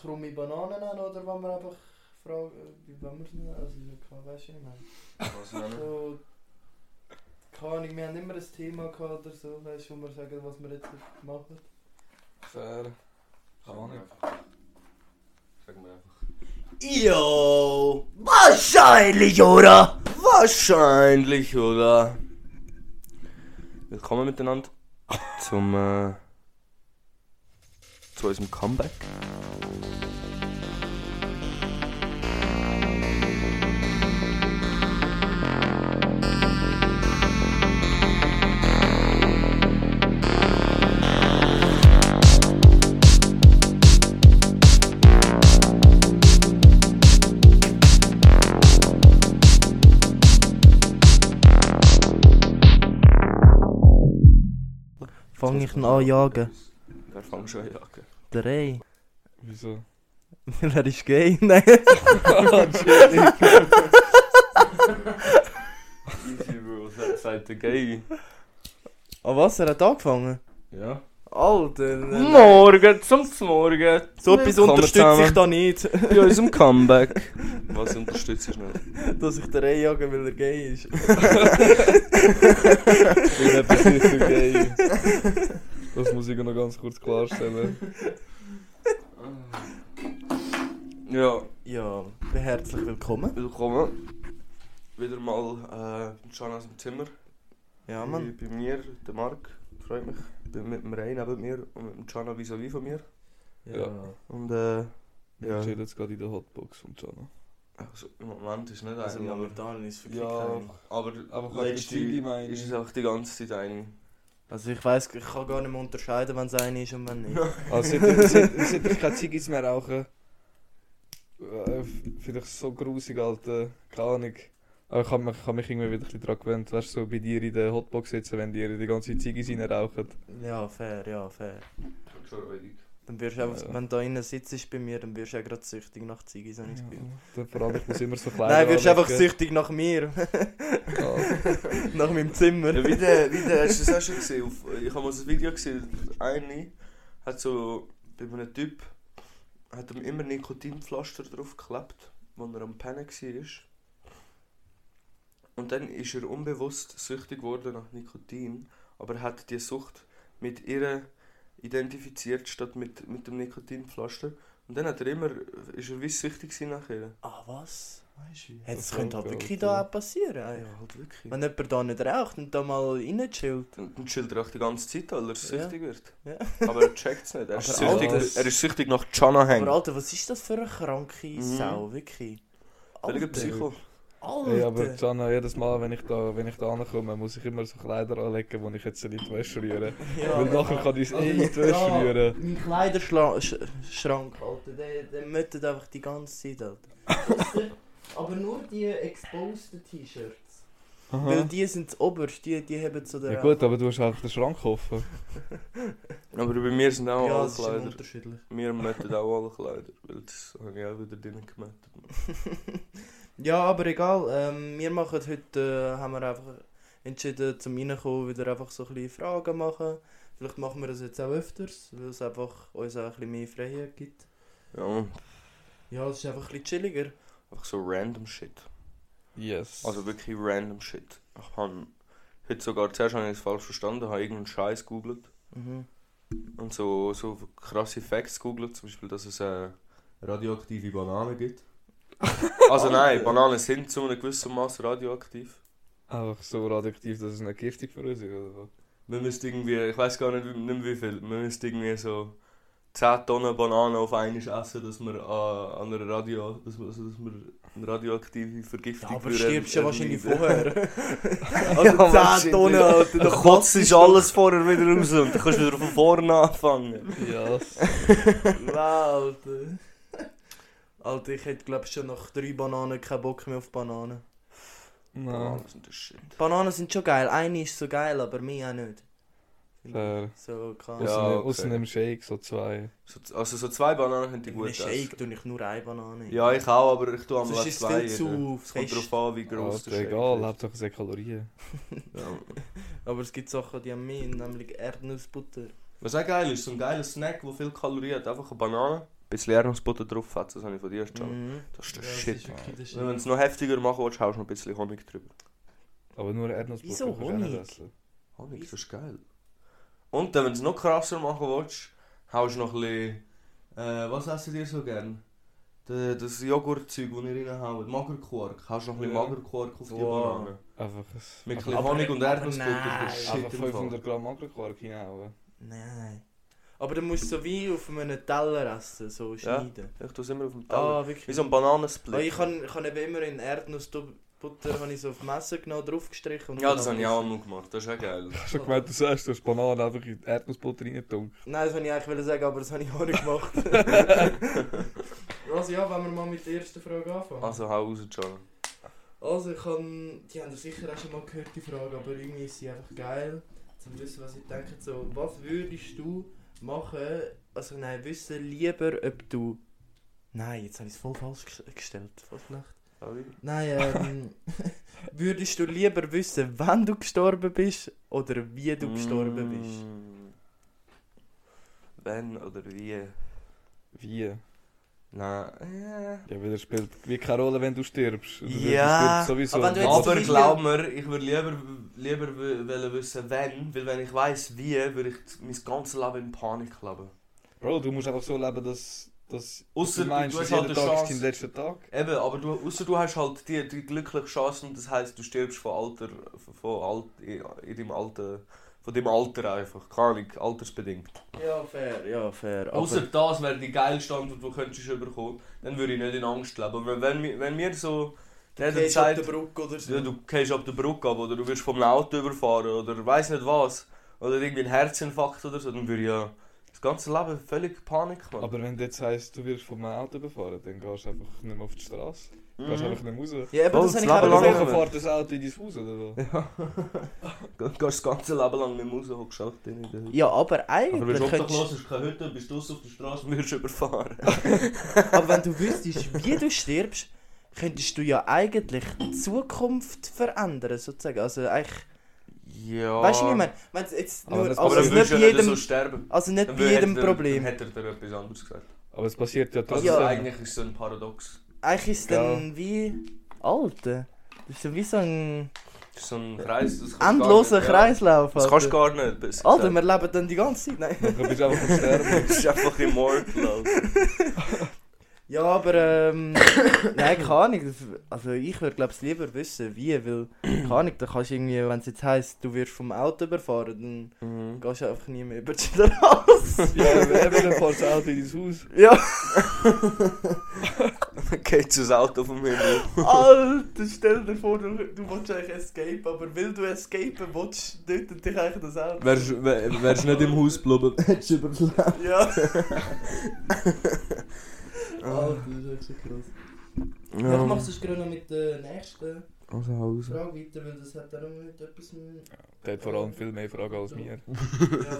krumme Bananen an, oder wo man einfach fragt, äh, wie wollen wir es nennen? Also, ich kann, weißt du, was ich meine. Was nennen? So, keine Ahnung, wir haben immer ein Thema gehabt oder so, weißt du, wo wir sagen, was wir jetzt machen. Fair. Keine Sagen wir Ahnung. einfach. Sagen wir einfach. Yo! Wahrscheinlich, oder? Wahrscheinlich, oder? Willkommen miteinander zum. Äh, zu unserem Comeback. Fange ich ihn an jagen? Wir fangen schon an. ja, okay. Drei. Wieso? Wer ist gay? Nein. Easy, Bro. Seid ihr gay? An was? Er hat angefangen? Ja. Alter. nein. Morgen, zum Morgen. So etwas Willkommen unterstütze ich da nicht, Bei unserem Comeback. Was unterstützt ich nicht? dass ich den Ray jagen, weil er gay ist. Ich bin etwas nicht so gay. Das muss ich noch ganz kurz klarstellen. Ja. Ja, dann herzlich willkommen. Willkommen. Wieder mal äh, John aus dem Zimmer. Ja, Bei- Mann. Bei mir, der Marc, freut mich. Ich bin mit dem Rain neben mir und mit dem Gianna vis-à-vis von mir. Ja. Und äh, Wir Ja. chillen jetzt gerade in der Hotbox von Jana. also, im Moment ist nicht Also eine, aber, momentan ist es Ja. ja. aber Einfach eine letzte gefühlte Meinung. ist es einfach die ganze Zeit eine. Also ich weiß, ich kann gar nicht mehr unterscheiden, wenn es einer ist und wenn nicht. Also seit, seit, seit ich keine Ziggis mehr rauche, äh, f- finde ich es so grusig, Alter. Keine Ahnung. Aber ich habe mich, ich hab mich irgendwie wieder ein bisschen dran gewöhnt. Weißt du, so bei dir in der Hotbox sitzen, wenn dir die ganze Zeit Ziggis reinrauchen. Ja, fair, ja, fair. Schon Dann wirst du einfach, Ja. wenn du da innen sitzt ist bei mir, dann wirst du auch gerade süchtig nach Ziggis, habe ich das Gefühl. Ja, vor allem, ich muss immer so klein Nein, wirst du einfach süchtig nach mir, Ja. nach meinem Zimmer. Ja, wie der, wie der, hast du das auch schon gesehen? Auf, ich habe mal so ein Video gesehen, eine hat so, bei einem Typ, hat ihm immer Nikotinpflaster draufgeklebt, als er am Pennen war. Und dann ist er unbewusst süchtig geworden nach Nikotin, aber er hat die Sucht mit ihr identifiziert, statt mit, mit dem Nikotinpflaster. Und dann hat er immer, ist er wie süchtig gewesen nach ihr. Ah, was? Weißt du? Das Das könnte halt kommt, wirklich Alter. da auch passieren. eigentlich. Ja, halt wirklich. Wenn jemand da nicht raucht und da mal rein chillt. Und dann chillt er auch die ganze Zeit, weil er süchtig wird. Ja. Aber er checkt's nicht. Er ist, Aber süchtig, alles- er ist süchtig nach Chana Aber hängen. Alter, was ist das für eine kranke Mhm. Sau, wirklich? Völliger Psycho. Alter. Ey, aber Jana, jedes Mal, wenn ich da, wenn ich da ankomme, muss ich immer so Kleider anlegen, die ich jetzt nicht in die Wäsche rühre. Ja, Weil nachher kann ich es eh in die Wäsche Ja. rühren. Mein Kleiderschrank, Alter, der, der mötet einfach die ganze Zeit, Alter. Ausser- aber nur die exposed T-Shirts. Weil Aha. die sind das Oberste, die, die haben so den Ja gut, aber du hast einfach den Schrank offen. Aber bei mir sind auch Ja, alle es ist schon Kleider. unterschiedlich. Wir möchten auch alle Kleider. Weil das habe ich auch wieder drinnen gemettet. Ja, aber egal, ähm, wir machen heute, äh, haben wir einfach entschieden, zum Reinkommen wieder einfach so ein bisschen Fragen machen. Vielleicht machen wir das jetzt auch öfters, weil es einfach uns auch ein bisschen mehr Freiheit gibt. Ja, Ja, es ist einfach ein bisschen chilliger. einfach so random shit. Yes. Also wirklich random shit. Ich habe heute sogar zuerst habe ich es falsch verstanden, habe irgendeinen Scheiß gegoogelt. Mhm. Und so, so krasse Facts googelt, zum Beispiel, dass es äh, radioaktive Bananen gibt. also nein, Bananen sind zu einem gewissen Maß radioaktiv. Einfach so radioaktiv, dass es nicht giftig für uns ist, oder was? Man müsste irgendwie, ich weiß gar nicht, wie- nicht mehr wie viel, man müsste irgendwie so 10 Tonnen Bananen auf einmal essen, dass man an, an einer Radio, dass man, also dass man eine radioaktive Ja, Vergiftung aber würde stirbst ja wahrscheinlich vorher. erleiden. Ja, also 10 wahrscheinlich. Tonnen, Alter. Dann kotzt ist alles vorher wieder raus und dann kannst du wieder von vorne anfangen. Yes. Wow, Alter. Alter, ich hätte glaube schon nach drei Bananen keinen Bock mehr auf Bananen. Nein. Bananen sind das Shit. Bananen sind schon geil, eine ist so geil, aber mehr auch nicht. Fair. So, kann Ja, Außer okay. okay. dem Shake, so zwei. So, also so zwei Bananen könnte ich In einem gut essen. Shake tue ich nur eine Banane. Ja, ich auch, aber ich tue am Sonst Let's ist es Play. viel zu Es kommt fest. drauf an, wie groß Gross, der Alter, Shake egal, ist. Hauptsache es hat Kalorien. Ja. Aber es gibt Sachen, die haben mehr, nämlich Erdnussbutter. Was auch geil ist, so ein geiler Snack, der viel Kalorien hat, einfach eine Banane. bisschen Ernungsbutter drauf hat, das habe ich von dir schon. Mhm. Das ist Ja, der das Shit. ist wirklich der Shit. Wenn du es noch heftiger machen willst, haust du noch ein bisschen Honig drüber. Aber nur Erdnussbutter Wieso kannst du auch nicht Honig? essen. Honig, das ist geil. Und dann, wenn du es noch krasser machen willst, haust du noch ein bisschen... Äh, was essen ihr so gern? De- Das Joghurtzeug, das ihr reinhaut. Magerquark. Haust du noch ein bisschen Ja. Magerquark auf die Wow. Banane. Einfach ein... Mit ein bisschen Aber- Honig und aber Erdnussbutter. Das nein. ist shit im Einfach Fall. 500 Gramm Magerquark hinhauen. Nein. Aber dann musst du so wie auf einem Teller essen, so schneiden. Ich tue es immer auf dem Teller. Ah, Wie wirklich. so ein Bananensplit. Weil ich kann, ich kann eben immer in Erdnussbutter habe ich so auf Messer genau draufgestrichen. und ja, dann das habe ich auch mal gemacht. Das ist auch geil. Hast du gemeint, du sagst, du hast Bananen einfach in Erdnussbutter reingetunkt? Nein, das wollte ich eigentlich wollen sagen, aber das habe ich auch nicht gemacht. also ja, wenn wir mal mit der ersten Frage anfangen. Also, Also hau raus, John. ich kann... Die haben ihr sicher auch schon mal gehört, die Frage, aber irgendwie ist sie einfach geil. Zum Wissen, was ich denke. So, was würdest du machen... Also nein, wissen lieber, ob du... Nein, jetzt habe ich es voll falsch ges- gestellt. Voll schlecht. Nein, ähm... würdest du lieber wissen, wann du gestorben bist oder wie du gestorben Mm. bist? Wenn oder wie? Wie? Nenein. Ja, weil das spielt wie keine Rolle, wenn du stirbst. Oder Ja, das spielt sowieso. aber wenn Ah, du eine jetzt Rolle. Aber zum Beispiel- glaub mir, ich würde lieber, lieber w- wollen wissen, wenn, weil wenn ich weiss, wie, würde ich mein ganzes Leben in Panik leben. Bro, du musst einfach so leben, dass, dass Ausser du du, meinst, du dass hast halt jeder eine Tag ist dein Chance. letzter Tag. Eben, aber du, ausser du hast halt die, die glückliche Chance und das heisst, du stirbst von Alter, von- von Alt, in, in deinem Alter, von dem Alter einfach, keine Ahnung, altersbedingt. Ja, fair, ja, fair. aber- Außer das wäre die geilste Antwort, die du könntest überkommen, dann würde ich nicht in Angst leben. Aber wenn, mi- wenn mir so der Gehst auf sagt, den Brücke oder so. ja, du gehst ab der Brücke ab oder du wirst vom Auto überfahren oder weiß nicht was oder irgendwie ein Herzinfarkt oder so, dann würde ich ja das ganze Leben völlig Panik machen. Aber wenn du jetzt heisst, du wirst von einem Auto überfahren, dann gehst du einfach nicht mehr auf die Straße. Du gehst einfach Mhm. nicht mehr raus. Ja, eben, Voll, das habe das ich Ah, Leben auch lang gesehen. Dann fährt das Auto in dein Haus, oder was? Ja. Du gehst das ganze Leben lang nicht mehr raus, hockst halt drin in der Hütte. Ja, aber Aber wenn eigentlich du könntest, obdachlos hast, keine Hütte, bist du auf der Straße und wirst überfahren. aber wenn du wüsstest, wie du stirbst, könntest du ja eigentlich die Zukunft verändern, sozusagen. Also eigentlich, Ja. weißt du, wie ich meine? Wenn's jetzt Aber nur, das- aber Aber Also dann also nicht würdest bei du ja nicht so jedem, sterben. also nicht Dann bei hätte jedem er- Dann Problem. hätte er dir etwas anderes gesagt. Aber es passiert ja Also trotzdem. Ja. eigentlich ist es so ein Paradox. Eigentlich ist es dann wie, Alter, das ist ja wie so ein Das ist so ein Kreis. Das kannst du gar endloser nicht- ja. Kreislauf, Das kannst du Alter. gar nicht. besser Alter, wir gesagt. leben dann die ganze Zeit, nein. Dann bist du einfach am Sterben. Das ist einfach immortal. Alter. Ja, aber ähm, nein, keine Ahnung. Das- Also ich würde glaube lieber wissen, wie, weil keine Ahnung, da kannst du irgendwie, wenn es jetzt heisst, du wirst vom Auto überfahren, dann gehst du einfach nie mehr über die Straße. Ja, eben, dann fährt das Auto in dein Haus. ja, Dann geht das Auto vom Himmel. Alter, stell dir vor, du, du willst eigentlich escape, aber weil du escapen willst, tötet dich eigentlich das Auto. Wärst du nicht im Haus geblieben, hättest du überlebt. Ja. Alter, das ist echt so krass. Ja. Ich mache es gerade noch mit der nächsten Also Haus. Frage weiter, weil das hat darum nicht etwas mit... Der hat vor allem viel mehr Fragen als mir. Ja,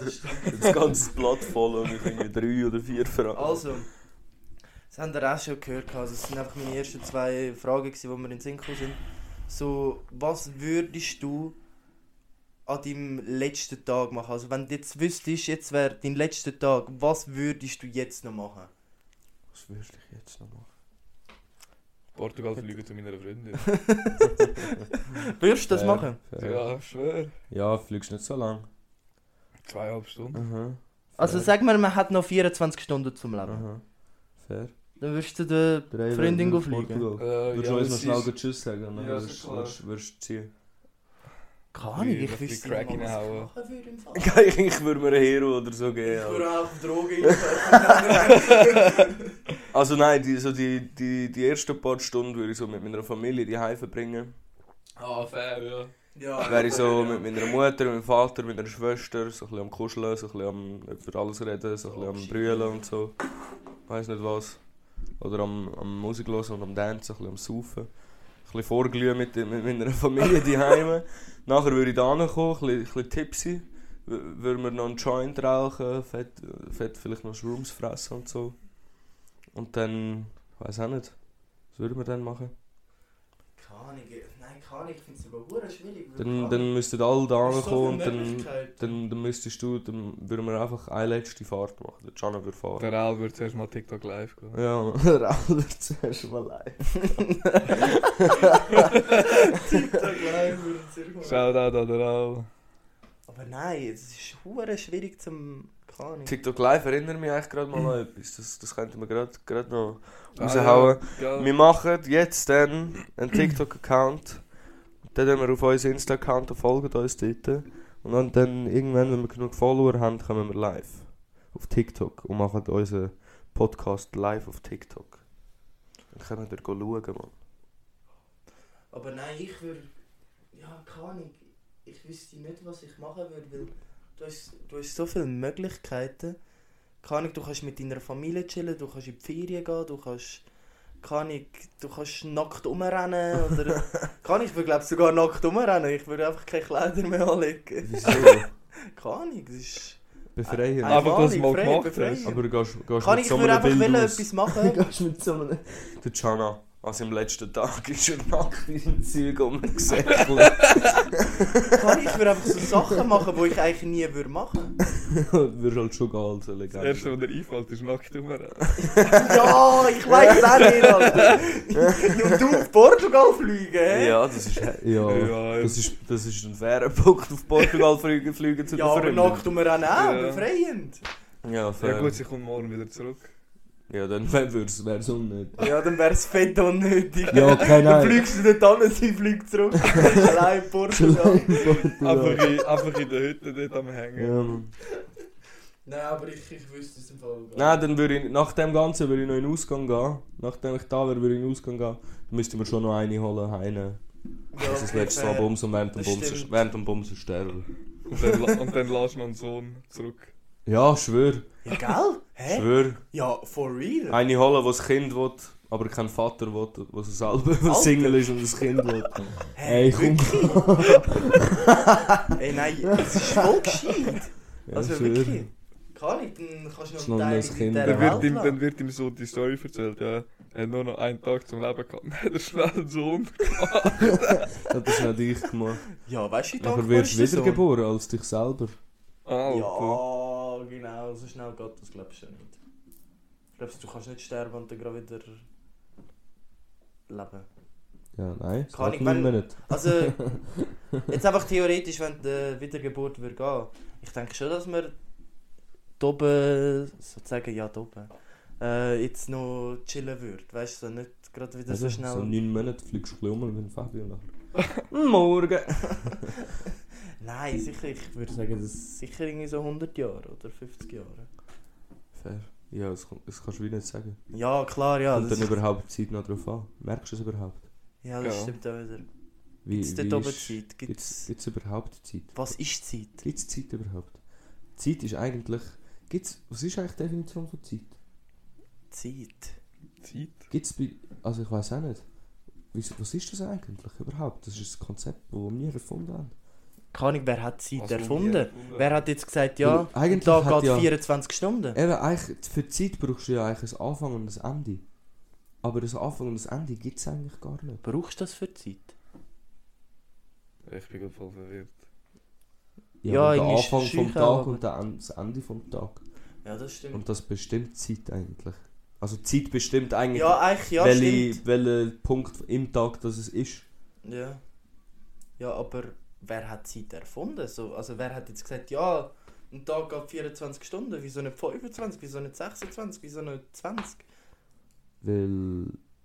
das stimmt. Das ganze Blatt voll und ich irgendwie drei oder vier Fragen. Also, das haben wir auch schon gehört. Also, das sind einfach meine ersten zwei Fragen, gewesen, die mir in den Sinn gekommen sind. So, was würdest du an deinem letzten Tag machen? Also, wenn du jetzt wüsstest, jetzt wäre dein letzter Tag, was würdest du jetzt noch machen? Was würde ich jetzt noch machen? Portugal fliegen zu meiner Freundin. Würdest du das Fair. machen? Ja, schwör. ja, fliegst nicht so lang. Zweieinhalb Stunden. Mhm. Also, sag mal, man hat noch 24 Stunden zum Leben. Aha. Fair. Dann würdest du der Freundin go fliegen. Äh, Würdest du uns noch es schnell ist- gut Tschüss sagen? Dann Ja, würdest sicher. würdest- würdest du ziehen. Keine Ahnung, Wie- ich was die wüsste Crack nicht, mal, was ich reinhauen. machen würde im Fall. Ich würde mir einen Hero oder so geben. Alter. auch auf Drogen Also nein, die, so die, die, die ersten paar Stunden würde ich so mit meiner Familie die Hause verbringen. Ah, fair, ja. Ja, Wäre ich so mit meiner Mutter, meinem Vater, meiner Schwester, so ein bisschen am Kuscheln, so ein bisschen am, über alles reden, so ein bisschen am Brüllen und so. Weiß nicht was. Oder am, am Musik hören und am Tanzen, ein bisschen am Saufen. Ein bisschen vorglühen mit, mit meiner Familie die Heime. Nachher würde ich da hinkommen, ein bisschen, ein bisschen tipsy. W- Würden wir noch einen Joint rauchen, fett, fett vielleicht noch Shrooms fressen und so. Und dann, weiß auch nicht, was würden wir dann machen? Keine Ahnung, nein, keine Ahnung, ich finde es aber hure schwierig. weil Dann, keine dann müssten alle da Ahnung, es ist so ankommen und viele dann, Möglichkeiten. dann, dann müsstest du, dann würden wir einfach eine letzte Fahrt machen. Der Gianna würde fahren. Der Al wird zuerst mal TikTok live gehen. Ja, Raul wird zuerst mal live. TikTok live würde es irgendwann- Shoutout an der Al. Aber nein, es ist hure schwierig zum. Keine Ahnung. TikTok live erinnert mich eigentlich gerade mal an etwas. Das, das könnten wir gerade- gerade noch Ah, raushauen. ja. Wir machen jetzt dann einen TikTok-Account. Dann tun wir auf unseren Insta-Account und folgen uns dort. Und dann, dann irgendwann, wenn wir genug Follower haben, kommen wir live auf TikTok und machen unseren Podcast live auf TikTok. Dann können wir schauen, Mann. Aber nein, ich würde. Ja, keine Ahnung. Ich wüsste nicht, was ich machen würde, weil du hast, du hast so viele Möglichkeiten. Keine Ahnung, du kannst mit deiner Familie chillen, du kannst in die Ferien gehen, du kannst. Keine Ahnung, du kannst nackt rumrennen oder. Kann ich würde glaube sogar nackt rumrennen. Ich würde einfach keine Kleider mehr anlegen. Wieso? Keine Ahnung, das ist. Befreien. Ein- Aber dass du Einmalig, mal frei, gemacht befreien. hast. Aber du gehst, gehst Kann mit ich so würde einem einfach Bild wollen, aus. etwas machen. gehst mit so einem... Der Gianna, also am letzten Tag, ist er nackt in seinem Zeug umgesäckelt. Kann ich würde einfach so Sachen machen, die ich eigentlich nie würde machen. Würdest halt schon gehen als eine Das Legende. erste, was dir einfällt, ist nackt rumrennen. Ja, ich weiß auch nicht, Alter. Und du auf Portugal fliegen, hä? Ja, das ist, ja, Ja, das ist, das ist ein fairer Punkt, auf Portugal fliegen, fliegen zu Ja, aber den nackt Freunden. und wir auch, Ja. befreiend. Ja, ja. fair. ja gut, sie kommt morgen wieder zurück. Ja, dann wäre es wär's unnötig. Ja, dann wär's fett unnötig. Ja, okay, Dann nein. fliegst du nicht an, sie fliegt zurück. Allein in Portugal. Einfach in, einfach in der Hütte dort am Hängen. Ja, Mann. Nein, aber ich, ich wüsste es im Fall gar nicht. Nein, dann würde ich, nach dem Ganzen würde ich noch in den Ausgang gehen. Nachdem ich da wäre, würde ich in den Ausgang gehen. Dann müssten wir schon noch eine holen, eine. Ja, Das ist das okay, letzte Mal fair. Bums und während dem Das Bums, stimmt. während dem Bums sterben. Und dann, la- und dann lässt du noch einen Sohn zurück. Ja, schwör, Ja, gell? Hä? schwör. Ja, for real. Eine holen, die das Kind will, aber kein Vater will, was er selber Alter. Single ist und das Kind will. Hä, Ey, komm. wirklich? Ey, nein, es ist voll gescheit. Ja, Also schwör. wirklich. Kann ich, dann kannst Ist du noch noch ein einen neues Teil in Kind. dieser Dann wird, ihm, Welt dann lassen. wird ihm so die Story erzählt, ja. Er hat nur noch einen Tag zum Leben gehabt. Dann hat er schnell einen Sohn. Hat das nicht dich gemacht. Ja, weißt du, wie Nachher dankbar wirst du ist der Sohn? wiedergeboren als dich selber. Ah, Alter. Ja, genau, so schnell geht das, glaubst du ja nicht. Glaubst du, du kannst nicht sterben und dann gerade wieder leben? Ja, nein. Kann das ich, machen wir wenn- nicht. Also, jetzt einfach theoretisch, wenn die Wiedergeburt würde gehen, ich denke schon, dass wir da oben, sozusagen, ja, da oben, äh, jetzt noch chillen würden. Weißt du, so nicht gerade wieder so Also, schnell. So neun Monate fliegst du ein bisschen um mit dem Fabio nachher. Morgen! Nein, sicher, ich würde sagen, das ist sicher irgendwie so 100 Jahre oder 50 Jahre. Fair. Ja, das, kann- das kannst du wie nicht sagen. Ja, klar, ja. Kommt Das, dann überhaupt die Zeit noch drauf an? Merkst du es überhaupt? ja, das Ja. stimmt auch wieder. Wie, Gibt es dort oben Zeit? Gibt's, Gibt es überhaupt Zeit? was ist Zeit? Gibt es Zeit überhaupt? Zeit ist eigentlich. Gibt's, was ist eigentlich die Definition von Zeit? Zeit. Zeit. Gibt's bei. Also ich weiß auch nicht. Was, was ist das eigentlich überhaupt? Das ist ein Konzept, das wir erfunden haben. Keine Ahnung, wer hat Zeit Also, erfunden? wir- Wer hat jetzt gesagt, ja, Weil eigentlich da hat geht ja- 24 Stunden? Eben, eigentlich, für die Zeit brauchst du ja eigentlich ein Anfang und ein Ende. Aber ein Anfang und ein Ende gibt es eigentlich gar nicht. Brauchst du das für Zeit? Ich bin gerade voll verwirrt. Ja, aber irgendwie der ist Anfang es vom sicher, Tag aber- und der En- das Ende vom Tag. Ja, das stimmt. Und das bestimmt die Zeit eigentlich. Also die Zeit bestimmt eigentlich, ja, eigentlich, ja, welche, stimmt. welcher Punkt im Tag das es ist. Ja. ja, aber wer hat Zeit erfunden? So, also wer hat jetzt gesagt, ja, ein Tag geht 24 Stunden, wieso nicht 25, wieso nicht 26, wieso nicht 20? Weil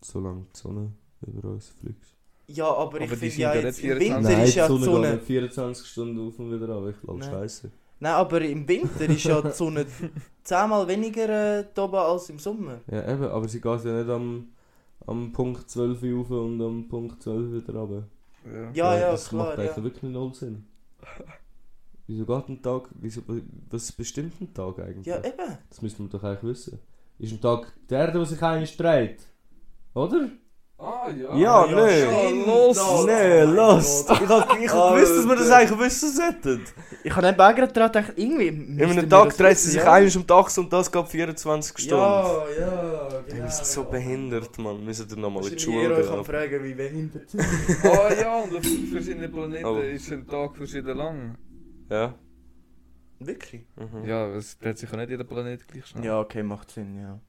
solange die Sonne über uns fliegt. Ja, aber, Aber ich die finde sind ja ja jetzt, nicht im 24. Winter ist ja die Sonne... geht nicht 24 Stunden auf und wieder an, weil ich glaube, Nein. scheiße. Nein, aber im Winter ist ja die Sonne zehnmal weniger äh, da oben als im Sommer. Ja, eben, aber sie geht ja nicht am, am Punkt 12 Uhr auf und am Punkt 12 wieder runter. Ja. Ja, ja, das klar, macht ja. eigentlich wirklich null Sinn. Wieso geht ein Tag, wieso, was bestimmt ein Tag eigentlich? Ja, eben. Das müsste man doch eigentlich wissen. Ist ein Tag der Erde, der sich eigentlich dreht? Oder? Ah, ja. Ja, ja, nee. stimmt. los. Oh, nee, mein los! Gott. Ich hab ich hab gewusst, dass wir das eigentlich wissen sollten. Ich habe eben auch gerade daran gedacht, irgendwie. In In einem Tag dreht sie sich einmal um die Achse und das gab 24 Stunden. Ja, ja, Ey, genau. wir sind so behindert, Mann. Wir sollten nochmal in die Schule Wahrscheinlich ihr euch am gehen. fragen, wie behindert. Ah ja, und auf verschiedenen Planeten Aber- ist ein Tag verschieden lang. Ja. Wirklich? Mhm. Ja, es dreht sich ja nicht jeder Planet gleich schnell. Ja, okay, macht Sinn, ja.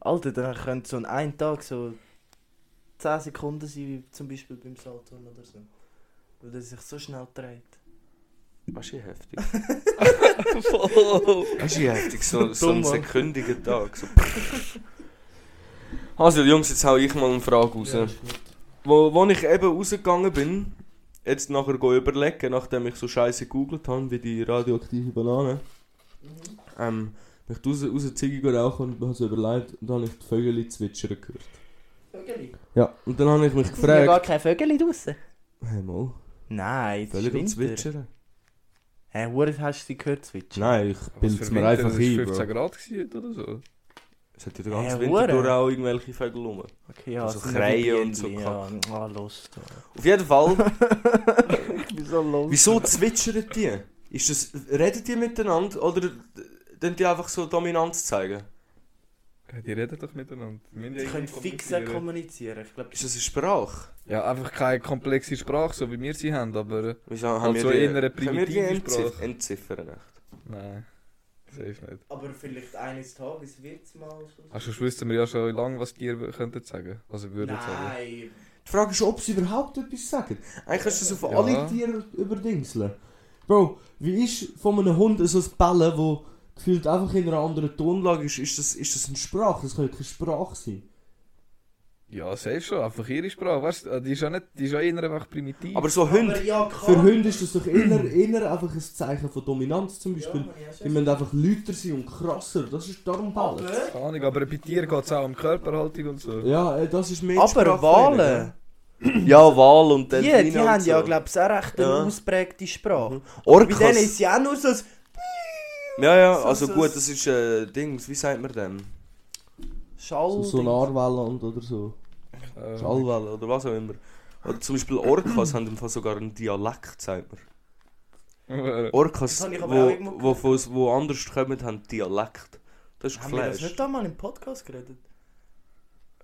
Alter, dann könnte so ein einen Tag so 10 Sekunden sein, wie zum Beispiel beim Salton oder so. Weil er sich so schnell dreht. Was eh ist heftig? Voll. Das ist ja heftig, so, so Dumm, ein Mann. sekündiger Tag. So. Also Jungs, jetzt hau ich mal eine Frage raus. Ja, ist gut. Wo, wo ich eben rausgegangen bin, jetzt nachher gehen überlegen, nachdem ich so scheiße gegoogelt habe, wie die radioaktive Banane, Mhm. ähm, bin ich raus, raus die Ziege geraucht und habe es überlegt und dann habe ich die Vögel zwitschern gehört. Vögeli. Ja, und dann habe ich mich Es sind ja gar gefragt... keine Vögel draussen. Hey mal, Nein, jetzt Vögel ist Winter. zwitschern? Hä, hey, hast du sie gehört zwitschern? Nein, ich bilde es mir einfach ein. ein, 15 Bro. Grad gewesen heute oder so. Es hat ja den ganzen Hä, Winter Hure? durch auch irgendwelche Vögel rum. Okay, ja, Also es sind Kreien ja und so Bienen, Ja, ah, los da. Auf jeden Fall... Ich bin so los. Wieso zwitschern die? Ist das, reden die miteinander oder dann die einfach so Dominanz zeigen? Ja, die reden doch miteinander. Sie können fix kommunizieren. Ich glaube, Ist das eine Sprache? Ja, einfach keine komplexe Sprache, so wie wir sie haben, aber... Wieso haben Also die, eher eine können wir die primitive entzif- Sprache. entziffern? echt? Nein. Safe nicht. aber vielleicht eines Tages wird es mal so. Ach, sonst wüssten wir ja schon lange, was die ihr könnten sagen. Also würden sagen. Nein. Die Frage ist, ob sie überhaupt etwas sagen. Eigentlich kannst du das auf Ja. alle Tiere überdingseln. Bro, wie ist von einem Hund so ein Bellen, wo gefühlt einfach in einer anderen Tonlage ist, ist das, ist das eine Sprache? Das könnte keine Sprache sein. Ja, safe schon. Einfach ihre Sprache. Weißt du, die ist ja nicht... Die ist ja eher einfach primitiv. Aber so Hunde, Aber ja, für klar. Hunde ist das doch eher, eher einfach ein Zeichen von Dominanz zum Ja, Beispiel. hab ich auch schon Die müssen einfach lauter sein und krasser, das ist darum Ballen. Aber, Keine Ahnung, aber bei dir geht es auch um Körperhaltung und so. Ja, äh, das ist mehr aber Wale, Ja, Wal und die, die haben ja, Mhm. glaube ich, auch recht eine Ja. ausprägte Sprache. Bei Orcas. denen ist ja auch nur so ein... ja, ja, so- also so- gut, das ist äh, Dings, wie sagt man dem? Schall... So Solarwellen oder so. Ähm, Schallwelle oder was auch immer. Oder zum Beispiel Orcas haben im Fall sogar einen Dialekt, sagt man. Orcas, Ähm, Das hab ich aber auch irgendwo wo, wo, wo, wo anders kommen, haben Dialekt. Das ist Haben wir das Clash. nicht einmal im Podcast geredet?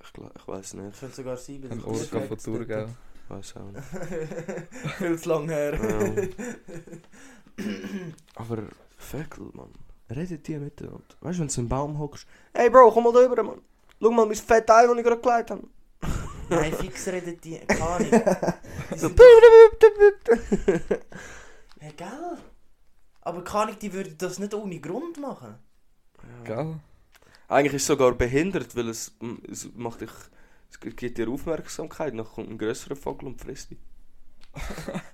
Ich, glaub- ich weiß nicht, Könnte sogar sein, weil Ein ich Orca nicht von Thurgau. ich weiß auch nicht. Viel zu lang her. ja. Aber Vögel, Mann. Redet die miteinander. Weißt du, wenn du im Baum hockst? Hey Bro, komm mal da rüber, Mann. Schau mal mein fette Ei, das ich gerade gelegt habe. Nein, fix redet die... Keine Ahnung. Ja, gell? Aber keine Ahnung, die würden das nicht ohne Grund machen. Gell? Eigentlich ist es sogar behindert, weil es, m- es macht dich. Es g- gibt dir Aufmerksamkeit, dann kommt ein grösserer Vogel und frisst dich.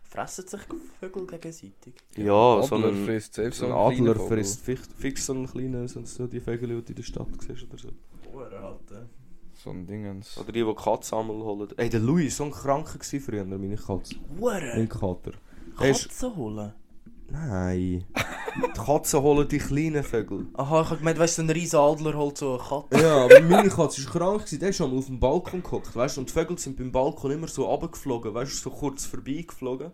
Fressen sich Vögel gegenseitig. Ja, Adler frisst safe so so ein einen kleinen Adler Vogel. frisst fix, fix so einen kleinen, sonst so die Vögel, die du in der Stadt siehst oder so. Boah, Alter. So ein Dingens. Oder die, die Katzen einmal holen. Ey, der Louis, so ein Kranker gewesen früher, meine Katze. Boah, Mein Kater. Der ist- Katzen holen. Nein. die Katzen holen die kleinen Vögel. Aha, ich hab gemeint, weißt du, ein riesen Adler holt so eine Katze. Ja, aber meine Katze war krank, gewesen, der ist schon auf dem Balkon gehockt, weißt du, und die Vögel sind beim Balkon immer so runtergeflogen, weißt du, so kurz vorbeigeflogen.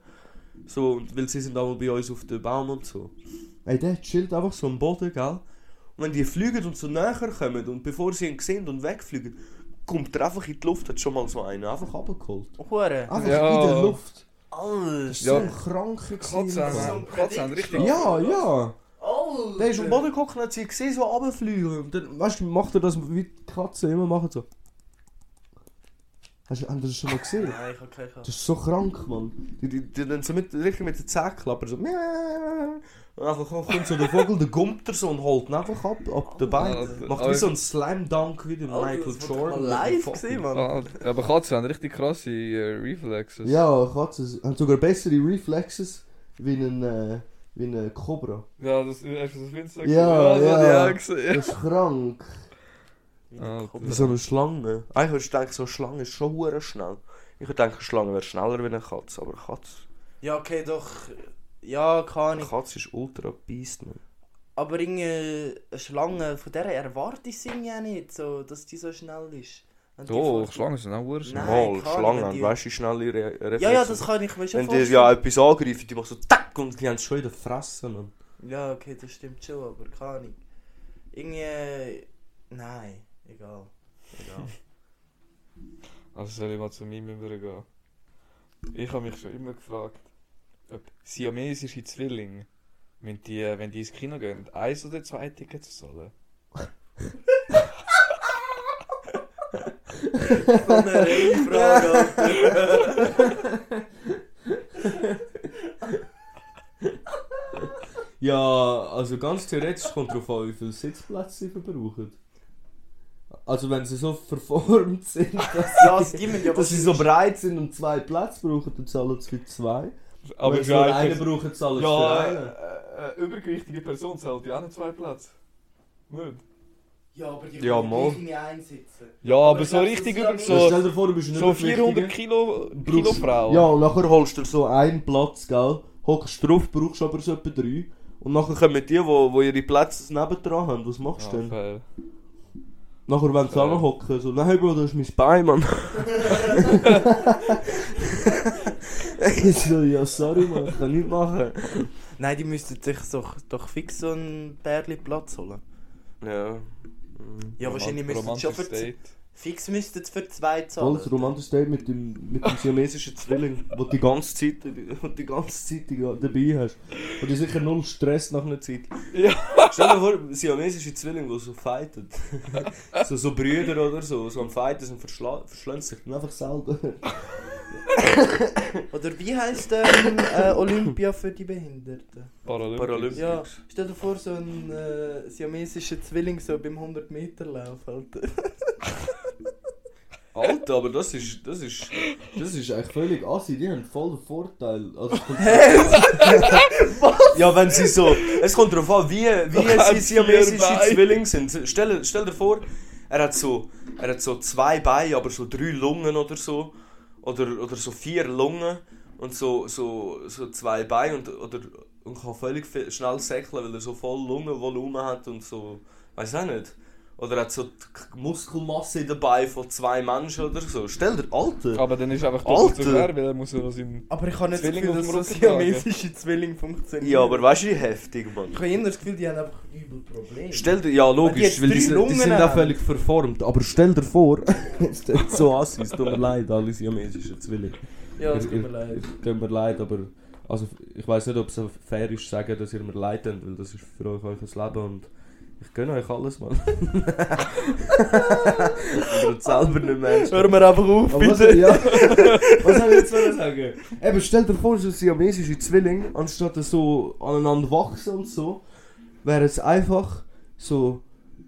So, und weil sie sind einmal bei uns auf den Baum und so. Ey, der chillt einfach so am Boden, gell? Und wenn die fliegen und so näher kommen und bevor sie ihn sehen und wegfliegen, kommt er einfach in die Luft, hat schon mal so einen einfach runtergeholt. Hure. Ah. Einfach Ja. in der Luft. Alles. Ja. So ein kranker Katzen Mann. haben, Katzen haben richtig... Ja, ja. Alles. Der ist am Boden gehockt und hat sie gesehen, so runterfliegen. Und dann, weißt du, macht er das, wie die Katzen immer machen, so. Hast du haben wir das schon mal gesehen? Nein, ich hab keine Katze. Das ist so krank, Mann. Die, die, die dann so mit, richtig mit den Zähnen klappern, so. miau. Und dann kommt kommt so der Vogel, der gummt er so und holt ihn einfach ab, ab den Beinen. Alter, Macht aber- wie so ein Slam Dunk wie der Alter, Michael das war doch Jordan. mal live gewesen, gesehen, Mann. Alter, Ah, Aber Katzen haben richtig krasse äh, Reflexes. Ja, dus- Katzen haben sogar bessere Reflexes wie ein, eh, äh, wie ein Cobra. Ja, das äh, hast du das auf Insta Ja, gesehen? das ja. hab ich auch gesehen. Das ist krank. Wie eine Alter. Wie Katze. so eine Schlange. Eigentlich ich denke, so eine Schlange ist schon hure schnell. Ich denke, eine Schlange wäre schneller wie eine Katze, aber eine Katze, Ja, okay, doch. Ja, keine eine Ahnung. Katze ist ultra beast, man. Aber irgendeine Schlange, von der erwarte ich sie ja nicht, so, dass die so schnell ist. Wenn die Doch, vor- Schlangen sind auch ursch. Nein, Mal, klar, Ah, wenn Schlangen, die- weißt du, schnelle Re Reflexe. Ja, ja, das kann ich mir schon Wenn dir ja etwas angreift, die machst du tack. Und die haben es schon in der Fresse, Mann. Ja, okay, das stimmt schon, aber keine Ahnung. Irgendwie. äh, Nein, egal. Egal. Also soll ich mal zu meinem übergehen? Ich habe mich schon immer gefragt, ob siamesische Zwillinge, wenn die, äh, wenn die ins Kino gehen, eins oder zwei Tickets zahlen. so eine reine Frage, Alter. Ja, also ganz theoretisch kommt drauf an, wie viele Sitzplätze sie verbrauchen. Also wenn sie so verformt sind, Ja, es gibt ja Dass sie so breit sind und zwei Plätze brauchen, dann zahlen sie für zwei. Aber wenn sie nur gleich- einen brauchen, zahlen sie für ja, einen. äh, äh, übergewichtige Person zahlt ja auch noch zwei Plätze. Nicht? Ja, aber die Ja, mal. nicht einsitzen. Ja, aber so das richtig ist über ja Ja, so, stell dir vor, du bist ein so Übergewichtiger. 400 Kilo, Kilo Brust. Frau. Ja, und nachher holst du so einen Platz, gell? Hockst drauf, brauchst aber so etwa drei. Und nachher kommen die, die wo, wo ihre Plätze nebendran haben. Was machst du denn? fair. Nachher wollen sie Äh. auch noch hocken. So, nein, Bro, das ist mein Bein, Mann. ich so, ja, sorry, Mann, ich kann nichts machen. Nein, die müssten sich doch, doch fix so einen Bärli Platz holen. Ja. Ja, wahrscheinlich Romant- müssten sie schon romantisches für, Date. fix müssten sie für zwei Voll das zahlen. romantische Date mit dem, mit dem chinesischen Zwilling, wo du die ganze Zeit, wo du die ganze Zeit dabei hast. Und die sicher null Stress nach einer Zeit. Ja. Stell dir vor, siamesische Zwillinge, die so fighten. so, so Brüder oder so, so am Fighten sind verschla- verschlönen sich dann einfach selber. Oder wie heisst ähm, äh, Olympia für die Behinderten? Paralympics. Paralympics. Ja, stell dir vor, so ein äh, siamesischer Zwilling so beim 100-Meter-Lauf, Alter. Alter, aber das ist, das ist, das ist eigentlich völlig assi, die haben voll den Vorteil. Also, ja, wenn sie so, es kommt darauf an, wie, wie hat sie siamesische vier Beine. Zwillinge sind. Stell, stell dir vor, er hat, so, er hat so zwei Beine, aber so drei Lungen oder so, oder, oder so vier Lungen und so, so, so zwei Beine und, oder, und kann völlig fe- schnell säckeln, weil er so voll Lungenvolumen hat und so, weiß auch nicht. Oder hat so die K- Muskelmasse dabei von zwei Menschen oder so. Stell dir, Alter! Aber dann ist einfach doppelt so Alter. schwer, weil er muss ja noch seinen... Aber ich habe nicht Zwilling das auf Gefühl, dem dass so Rücken tragen. siamesische Zwilling funktionieren. Ja, aber weißt du, wie heftig, Mann. Ich habe immer das Gefühl, die haben einfach übel Probleme. Stell dir, ja, Wenn die jetzt logisch, weil drei die, sind- die Lungen sind haben. auch völlig verformt. Aber stell dir vor, es ist so assi, es tut mir leid, alle siamesischen Zwillinge. ja, es Ihr- tut ihr- mir leid. Tut mir leid, aber also, ich weiß nicht, ob es fair ist, zu sagen, dass ihr mir leid habt, weil das ist für euch euer Leben und ich gönne euch alles, Mann. aber ihr selber nicht mehr. Hör mir einfach auf, Aber Was, bitte. ja, was soll ich jetzt wollen sagen? Eben, stell dir vor, so siamesische Zwillinge, anstatt dass so aneinander wachsen und so, wären es einfach so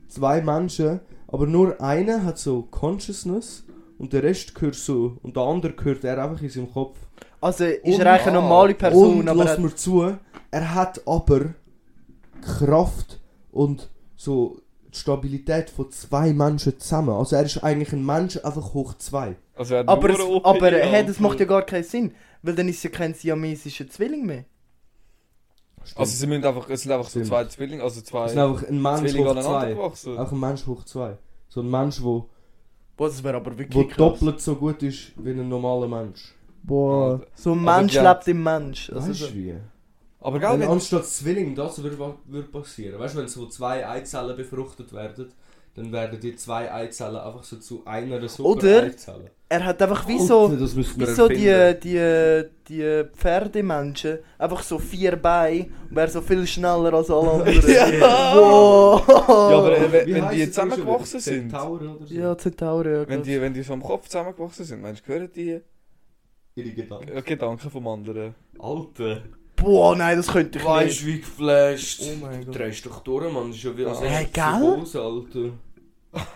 zwei Menschen, aber nur einer hat so Consciousness und der Rest gehört so, und der andere gehört er einfach in seinem Kopf. Also, ist Und- er eigentlich eine normale Person, und aber lass er mir zu, er hat aber Kraft und so die Stabilität von zwei Menschen zusammen. Also er ist eigentlich ein Mensch einfach hoch zwei. Also er hat Aber, nur es, eine OP, aber hey, das Alter. macht ja gar keinen Sinn, weil dann ist ja kein siamesischer Zwilling mehr. Also sie müssen einfach, es sind einfach so Stimmt. zwei Zwillinge, also zwei Das ist einfach ein Mensch Zwillinge hoch aneinander zwei. gewachsen. Einfach ein Mensch hoch zwei. So ein Mensch, wo, Boah, das wäre aber wirklich wo krass. doppelt so gut ist wie ein normaler Mensch. Boah, so ein Aber Mensch ja. lebt im Mensch. Also weißt du so. wie? Aber Wenn gell, anstatt Zwilling das würde würd passieren. Weißt du, wenn so zwei Eizellen befruchtet werden, dann werden die zwei Eizellen einfach so zu einer super Oder- Eizelle. Er hat einfach wie so, das müssen wie so die, die, die Pferdemenschen, einfach so vier Beine und wäre so viel schneller als alle anderen. Ja. Wow. Ja, aber äh, wenn, wenn die zusammengewachsen sind, Oder so? Ja, Zentaure. wenn die, wenn die so am Kopf zusammengewachsen sind, meinst du, hören die Ihre Gedanken. äh, Gedanken vom anderen? Alter. Boah, nein, das könnte ich Weißt du, wie geflasht? nicht. Oh mein Du Gott. drehst doch durch, Mann. Das ist ja wie als Ja. Hä, hättest du gell? so groß, Alter.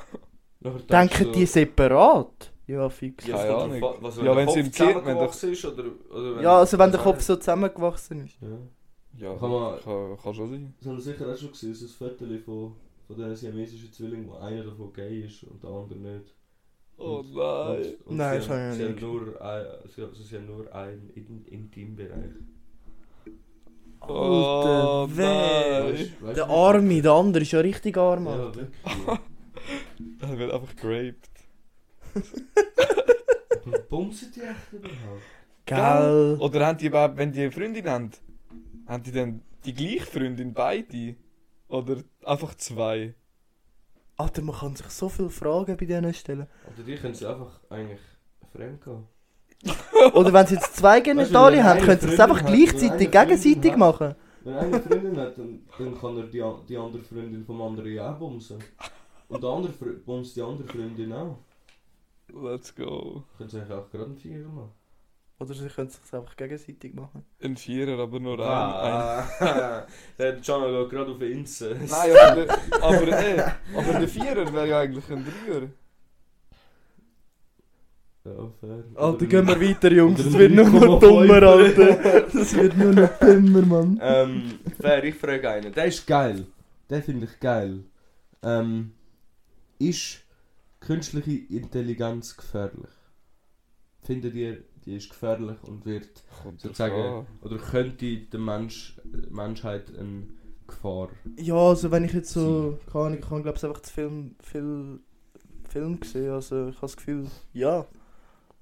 Nachher denkst Denken du, die separat? Ja, fix. Ja, Ja, Keine ja, Ahnung. was, wenn Ja, ja, wenn der sie Kopf im Kind- wenn zusammengewachsen ist oder, oder wenn also wenn der Kopf so zusammengewachsen ist. Ja. Ja, Kann man- kann, kann schon sein. Das haben wir sicher auch schon gesehen, so ein Viertel von, von den siamesischen Zwillingen, wo einer davon gay ist und der andere nicht. Oh Und, nein. und Äh, Nein, das sie habe haben, ich sie noch haben nie nur ein, sie, haben- sie haben nur einen in, Intimbereich. Oh, Alter, wer? nein. Weißt Äh, Der du, Arme, der andere ist ja richtig arm. Ja, Alter. wirklich. Er wird einfach geraped. Bumsen die echt überhaupt? Gell. Oder haben die überhaupt, wenn die eine Freundin haben, haben die dann die gleiche Freundin beide? Oder einfach zwei? Alter, man kann sich so viele Fragen bei denen stellen. Oder die können sie einfach eigentlich fremd gehen. Oder wenn sie jetzt zwei Genitalien wenn haben, eine können sie das Freundin einfach hat, wenn gleichzeitig, eine Freundin gegenseitig hat. machen. Wenn einer eine Freundin hat, dann, dann kann er die, an- die andere Freundin vom anderen ja auch bumsen. Und der andere Fre- bumst die andere Freundin auch. Let's go. Können sie eigentlich auch gerade einen Vierer machen. Oder sie können sich einfach gegenseitig machen. Ein Vierer, aber nur ein. ein. Ah, der Gianna geht gerade auf die Insel. Nein, aber, der- aber, ey, aber der Vierer wäre ja eigentlich ein Dreier. Ja, fair. Alter, Oder- gehen wir weiter, Jungs. oder Es wird nur 3,5. noch dummer, Alter. Das wird nur noch dümmer, Mann. Ähm, fair, ich frage einen. Der ist geil. Den finde ich geil. Ähm, ist künstliche Intelligenz gefährlich? Findet ihr, die ist gefährlich und wird sozusagen, oder könnte der Mensch, Menschheit eine Gefahr? Ja, also wenn ich jetzt so. Keine Ahnung, ich habe, glaube ich, einfach zu viel, viel Film gesehen. Also ich habe das Gefühl, ja.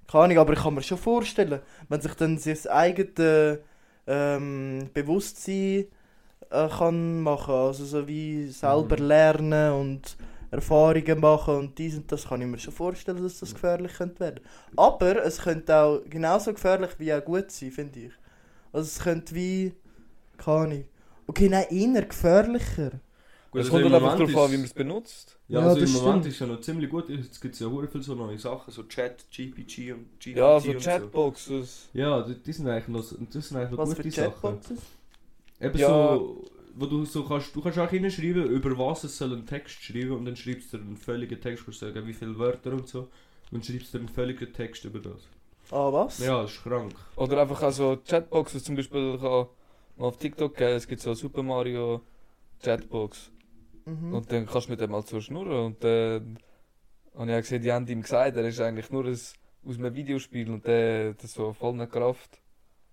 Keine Ahnung, aber ich kann mir schon vorstellen, wenn sich dann sein eigenes ähm, Bewusstsein äh, kann machen Also so wie selber Mhm. lernen und Erfahrungen machen und dies und das kann ich mir schon vorstellen, dass Mhm. das gefährlich könnte werden. Aber es könnte auch genauso gefährlich wie auch gut sein, finde ich. Also es könnte wie... Keine Ahnung. Okay, nein, eher gefährlicher. Gut, es also kommt im halt einfach Moment darauf an, wie ist- man es benutzt. Ja, Ja, also im das Moment stimmt. ist ja noch ziemlich gut. Jetzt gibt es ja hure viele so neue Sachen. so Chat, GPG und GPT Ja, so und Chatboxes. Ja, die, die sind eigentlich noch, so- das sind eigentlich noch Was für gute Sachen. Chatboxes? Eben Ja. so, wo du so kannst, du kannst auch hinschreiben, über was es soll ein Text schreiben und dann schreibst du einen völligen Text, kannst sagen, wie viele Wörter und so. Und schreibst du einen völligen Text über das. Ah, was? Ja, das ist krank. Oder einfach auch so Chatboxes, zum Beispiel kann man auf TikTok gehen, es gibt so Super Mario Chatbox. Mhm. Und dann kannst du mit dem mal so schnurren. Und dann habe ich auch gesehen, die haben ihm gesagt, er ist eigentlich nur ein, aus einem Videospiel und der das so voll eine Kraft.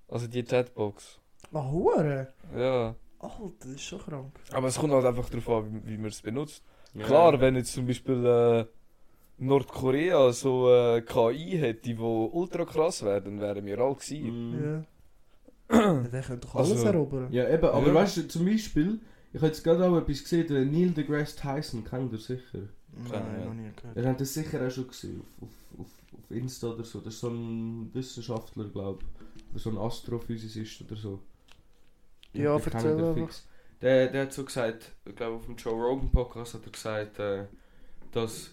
Also die Chatbox. Ah, Hure. Ja. Alter, das ist schon krank. Aber es kommt halt einfach darauf an, wie, wie man es benutzt. Ja. Klar, wenn jetzt zum Beispiel äh, Nordkorea so äh, KI hätte, die ultra krass wäre, dann wären wir alle gewesen. Mhm. Ja. Der könnte doch alles Also- erobern. Ja, eben, aber Ja. weißt du, zum Beispiel, ich habe jetzt gerade auch etwas gesehen, der Neil deGrasse Tyson kennt ihr sicher. Nein, noch nie gehört. Er hat das sicher auch schon gesehen, auf, auf, auf, auf Insta oder so. Das ist so ein Wissenschaftler, glaube ich. Oder so ein Astrophysicist oder so. Ja, den kennt ihr erzähl fix. Der, der hat so gesagt, ich glaube auf dem Joe Rogan Podcast hat er gesagt, äh, dass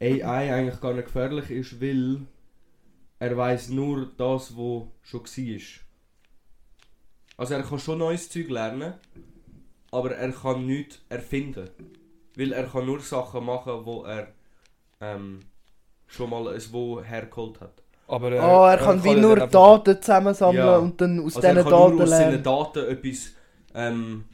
AI eigentlich gar nicht gefährlich ist, weil er weiß nur das, was schon war. Also er kann schon neues Zeug lernen, aber er kann nichts erfinden. Weil er kann nur Sachen machen, wo er ähm, schon mal es wo hergeholt hat. Aber äh, Ah, er kann wie ja nur dann einfach- Daten zusammensammeln Ja. und dann aus also er diesen kann nur Daten aus seinen lernen. Daten etwas ähm,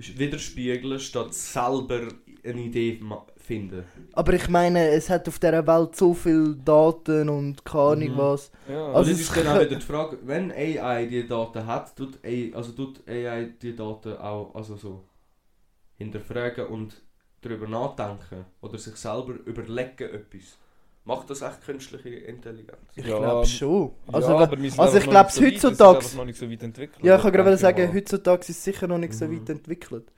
sch- widerspiegeln, statt selber eine Idee ma- finden. Aber ich meine, es hat auf dieser Welt so viele Daten und keine Ahnung Mhm. was. Ja. Also Also das es ist dann auch kö- wieder die Frage, wenn AI die Daten hat, tut AI, also tut AI die Daten auch also so hinterfragen und darüber nachdenken oder sich selber überlegen etwas. Macht das echt künstliche Intelligenz? Ich Ja, glaube schon. Also, ja, wa- aber wir sind also einfach ich noch glaube, nicht so weit, heutzutage- Es ist einfach noch nicht so weit entwickelt. ja, ich kann gerade denke sagen, mal. heutzutage ist es sicher noch nicht so Mhm. weit entwickelt.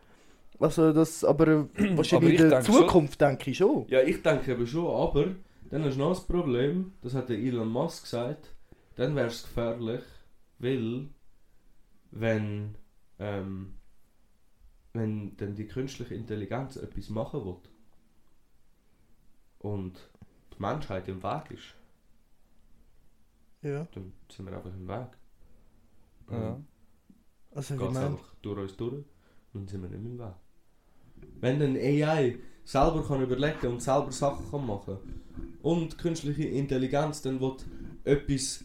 Also das, aber wahrscheinlich ich in der denke schon- Zukunft denke ich schon. Ja, ich denke eben schon, aber dann ist noch das Problem, das hat der Elon Musk gesagt, dann wäre es gefährlich, weil wenn ähm, wenn dann die künstliche Intelligenz etwas machen will und die Menschheit im Weg ist, Ja, dann sind wir einfach im Weg. Ja. also ich Geht es meine, einfach durch uns durch und sind wir nicht mehr im Weg. Wenn dann AI selber kann überlegen und selber Sachen kann machen und künstliche Intelligenz dann will etwas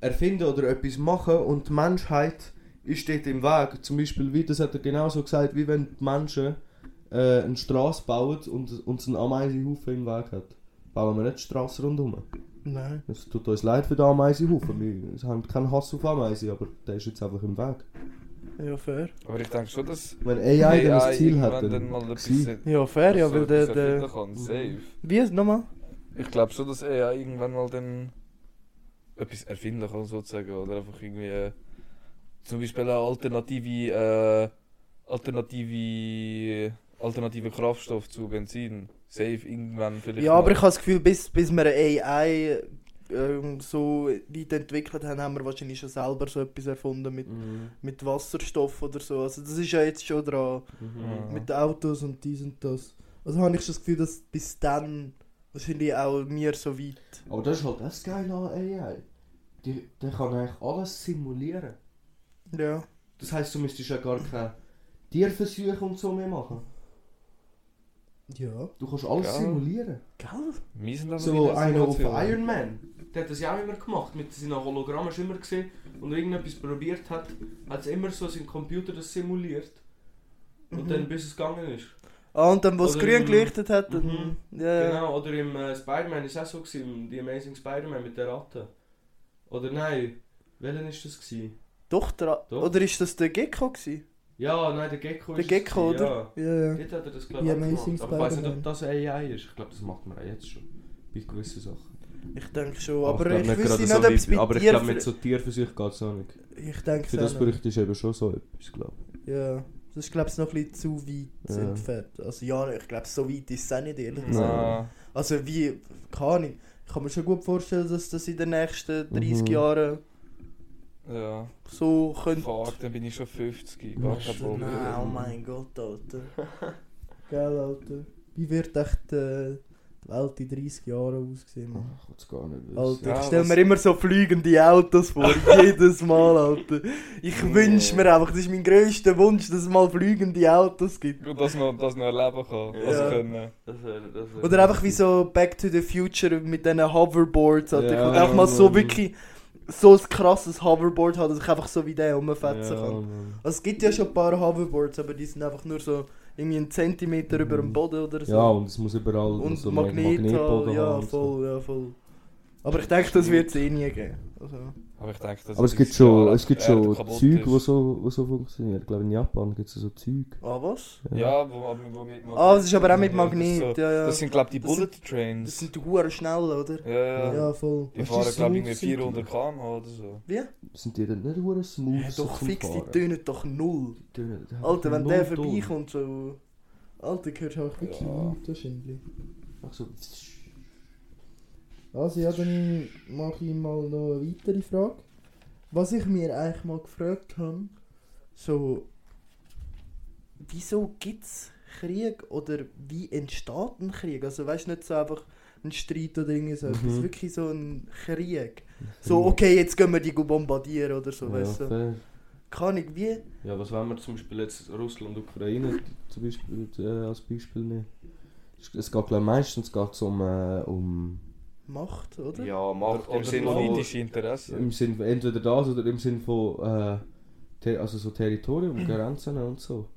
erfinden oder etwas machen und die Menschheit ist dort im Weg. Zum Beispiel, wie, das hat er genauso gesagt, wie wenn die Menschen äh, eine Straße bauen und uns einen Ameisenhaufen im Weg hat. Bauen wir nicht die Straße rundherum. nein. Es tut uns leid für den Ameisenhaufen. Wir es haben keinen Hass auf Ameisen, aber der ist jetzt einfach im Weg. Ja, fair. Aber ich denke schon, dass Wenn AI dann ein Ziel irgendwann hat, dann dann... mal etwas sie- äh, Ja, fair, ja, so weil der, etwas erfinden der... kann. Safe. Wie ist nochmal? Ich glaube schon, dass er irgendwann mal dann etwas erfinden kann, sozusagen. Oder einfach irgendwie. äh, Zum Beispiel eine alternative. Äh, alternative. Alternative Kraftstoff zu Benzin. Safe irgendwann vielleicht. Ja, aber mal. ich habe das Gefühl, bis, bis wir eine AI ähm, so weit entwickelt haben, haben wir wahrscheinlich schon selber so etwas erfunden mit, Mhm. mit Wasserstoff oder so. Also das ist ja jetzt schon dran. Mhm. Mit den Autos und dies und das. Also habe ich schon das Gefühl, dass bis dann wahrscheinlich auch wir so weit... Aber das ist halt das Geile an AI. Die, der kann eigentlich alles simulieren. Ja. Das heisst, du müsstest ja gar keine Tierversuche und so mehr machen. Ja. Du kannst alles Ja. simulieren. Gell? Wir sind aber in So der einer auf Simulation. Iron Man. Der hat das ja auch immer gemacht, mit seinen Hologrammen schon immer gesehen. Und er irgendetwas probiert hat, hat es immer so sein Computer das simuliert. Und Mhm. dann bis es gegangen ist. Ah, und dann, wo es Oder grün im- geleuchtet hat, dann... Mhm. Ja, ja. Genau, oder im äh, Spider-Man ist es auch so, gewesen, die Amazing Spider-Man mit der Ratte. Oder nein, welchen ist das? Gewesen? Doch, der, Doch. oder ist das der Gecko gewesen? Ja, nein, der Gecko Der ist es Gecko, gewesen, oder? Ja, Ja. ja. Dort hat er das, glaube Die ich, auch Amazing gemacht. Aber ich weiß nicht, Spider-Man. ob das AI ist. Ich glaube, das macht man auch jetzt schon. Bei gewissen Sachen. Ich denke schon, Oh, aber, glaub ich, wüsste nicht, so ob es wie- bei aber ich dir glaube, mit für- so Tierversuchen geht es auch nicht. Ich denke Für das es auch nicht. bräuchte ich eben schon so etwas, glaube ich. Ja, das ist glaube ich noch ein bisschen zu weit Ja. Mhm. entfernt. Also ja, ich glaube so weit ist es auch nicht, ehrlich gesagt. Nein. Also wie, keine Ahnung. Ich kann mir schon gut vorstellen, dass das in den nächsten 30 Mhm. Jahren Ja. so könnte... Fuck, dann bin ich schon 50. Gar kein Problem. Nein, oh Mhm. mein Gott, Alter. Gell, Alter. Wie wird echt äh, die Welt in 30 Jahren aussehen, Mann? Ich kann es gar nicht wissen. Hm. Alter, Ja, ich stelle was- mir immer so fliegende Autos vor, jedes Mal, Alter. Ich wünsche mir einfach, das ist mein grösster Wunsch, dass es mal fliegende Autos gibt. Gut, dass man das noch erleben kann. Ja. Also können. Das wär, das wär Oder einfach wie so Back to the Future mit diesen Hoverboards, Alter. ich Ja, will einfach mal so Mann. wirklich so ein krasses Hoverboard haben, dass ich einfach so wie der rumfetzen Ja, kann. Mann. Also es gibt ja schon ein paar Hoverboards, aber die sind einfach nur so irgendwie einen Zentimeter über Mhm. dem Boden oder so. ja, und es muss überall und so Magnet, Magnetboden ja, haben und so. voll, ja, voll. Aber ich denke, das wird es eh nie geben. Also. Aber ich denke, dass Aber es in gibt 30 schon, Jahren es gibt die Erde schon kaputt Zeug, ist. die so, wo so funktionieren. Ich glaube, in Japan gibt es so Zeug. Ah, was? Ja, wo, wo, wo mit Ah, es ist aber auch mit Ja, das ist Magnet, so- ja, ja. Das sind, glaube ich, die Das sind- Bullet Trains. Das sind die Huren schnell, oder? ja, ja. Ja, voll. Die Was fahren, ist glaube ich, so irgendwie Musik? 400 km oder so. Sind die dann nicht nur smooth Ja, so doch, zum fix, die Fahren? tönen doch null. Töne- die haben Alter, wenn null der Ton. vorbeikommt, so. Alter, gehört auch wirklich Ja. nichts wahrscheinlich. Ach so. Also, ja, dann mache ich mal noch eine weitere Frage. Was ich mir eigentlich mal gefragt habe, so. Wieso gibt es Krieg oder wie entsteht ein Krieg? Also, weißt du, nicht so einfach ein Streit oder irgendwie so, es ist Mhm. wirklich so ein Krieg. So, okay, jetzt gehen wir die bombardieren oder so, weißt ja, du. fair. Kann ich wie? ja, was wollen wir zum Beispiel jetzt Russland und Ukraine zum Beispiel, äh, als Beispiel nehmen? Es- Es geht glaub, meistens geht's um, äh, um Macht, oder? Ja, macht im Oder, oder Sinne von... politische Interessen. im Sinn von entweder das oder im Sinn von äh, Ter- also so Territorium, Grenzen und so.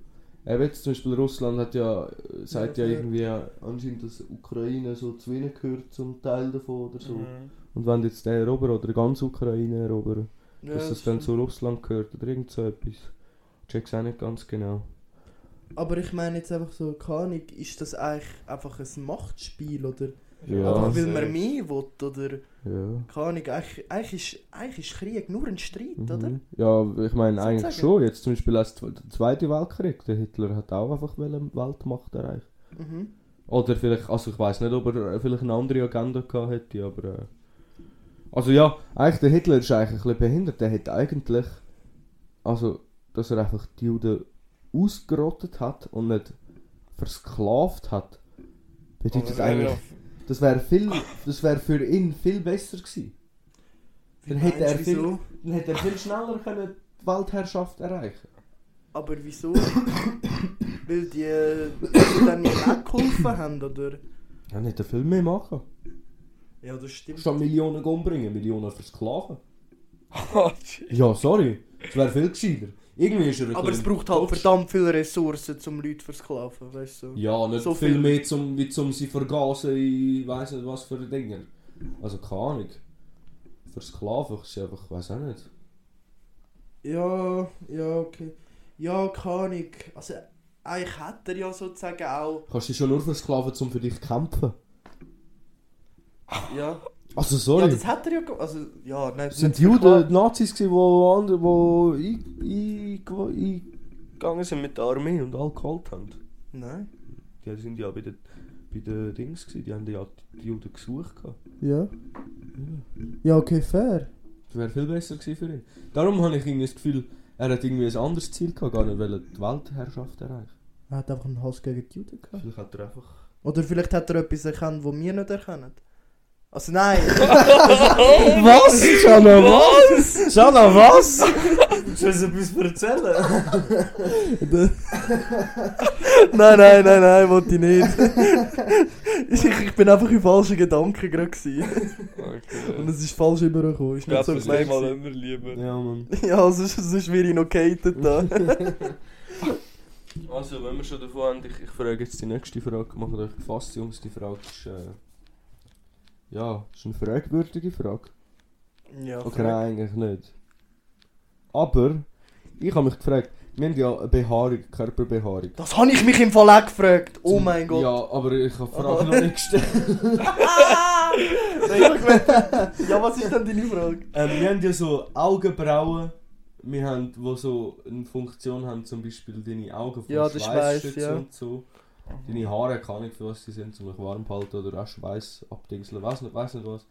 Eben jetzt zum Beispiel Russland hat ja, äh, sagt Ja, ja, fair. irgendwie anscheinend, dass Ukraine so zu ihnen gehört zum Teil davon oder so. Mhm. Und wenn jetzt der erobern oder ganz Ukraine erobern, Ja, dass das das dann stimmt. zu Russland gehört oder irgend so etwas. Check's auch nicht ganz genau. Aber ich meine jetzt einfach so, keine Ahnung, ist das eigentlich einfach ein Machtspiel oder Ja. eh, einfach weil sehr. man mehr will oder Ja. keine Ahnung, eigentlich, eigentlich, ist, eigentlich ist Krieg nur ein Streit, oder? Mhm. Ja, ich meine Soll ich eigentlich sagen? schon. Jetzt zum Beispiel als der Zweite Weltkrieg, der Hitler hat auch einfach wollen Weltmacht erreicht. Mhm. Oder vielleicht, also ich weiß nicht, ob er äh, vielleicht eine andere Agenda gehabt hätte, aber. Äh, also ja, eigentlich der Hitler ist eigentlich ein bisschen behindert. Der hätte eigentlich. Also, dass er einfach die Juden ausgerottet hat und nicht versklavt hat, bedeutet Oder- eigentlich. Das wäre viel, das wäre für ihn viel besser gewesen. Dann hätte Meinst er du, viel- wieso? Dann hätte er viel schneller können die Weltherrschaft erreichen. Aber wieso? weil die äh, dann nicht weggeholfen haben, oder? Dann hätte er viel mehr machen. Ja, das stimmt. Statt Millionen umbringen, Millionen versklaven. Ah, shit. Ja, sorry. Das wäre viel gescheiter. Irgendwie ist er ein Aber es bisschen- braucht halt verdammt viele Ressourcen, um Leute zu versklaven, weißt du? Ja, nicht so viel, viel. mehr zum, wie zum sie vergasen in weiss nicht was für Dinger. Also keine Ahnung. Versklaven ist einfach, ich weiß auch nicht. Ja, ja, okay. Ja, keine Ahnung. Also, eigentlich hätte er ja sozusagen auch. Kannst dich schon nur versklaven, um für dich zu kämpfen. Ja. Also Ja, sorry. das hat er ja gemacht. Also, ja, nein, sind nicht die Juden verklagt. die Nazis gewesen, wo andere, wo ich, ich, ich, Gegangen sind mit der Armee und all geholt haben. Nein. Die sind ja bei den, bei den Dings gewesen, die haben ja die Juden gesucht gehabt. ja. Ja, okay, fair. Das wäre viel besser gewesen für ihn. Darum habe ich irgendwie das Gefühl, er hat irgendwie ein anderes Ziel gehabt, gar nicht wollen die Weltherrschaft erreichen. Er hat einfach einen Hass gegen die Juden gehabt. Vielleicht hat er einfach... Oder vielleicht hat er etwas erkannt, das wir nicht erkennen. Also nein, Was? Jana, was? Jana, was? Willst du uns etwas erzählen? nein, nein, nein, nein, wollte ich nicht. ich, ich bin einfach in falschen Gedanken gerade gewesen. Und Okay. es ist falsch übergekommen. Ist nicht Gab so es gemeint. mal gewesen. immer lieber. Ja, Mann. Ja, sonst, sonst wäre ich noch gehatet da. Also, wenn wir schon davon haben, ich, ich Ich frage jetzt die nächste Frage, macht euch gefasst, Jungs. Die Frage ist, äh, ja, ist eine fragwürdige Frage. ja, Okay, nein, eigentlich nicht. Aber, ich habe mich gefragt, wir haben ja eine Behaarung, Körperbehaarung. Das habe ich mich im Fall auch gefragt. Oh mein Gott. Ja, aber ich habe die Frage noch nicht gestellt. Nein, ich hab gemerkt, ja, was ist denn deine Frage? Ähm, wir haben ja so Augenbrauen, wir haben, die so eine Funktion haben, zum Beispiel deine Augen vor Ja, der Schweiß, schützen ja. und so. Deine Haare, keine Ahnung für was sie sind, zum dich warm zu halten oder auch Schweiß abdingseln, weiß nicht, weiß nicht was.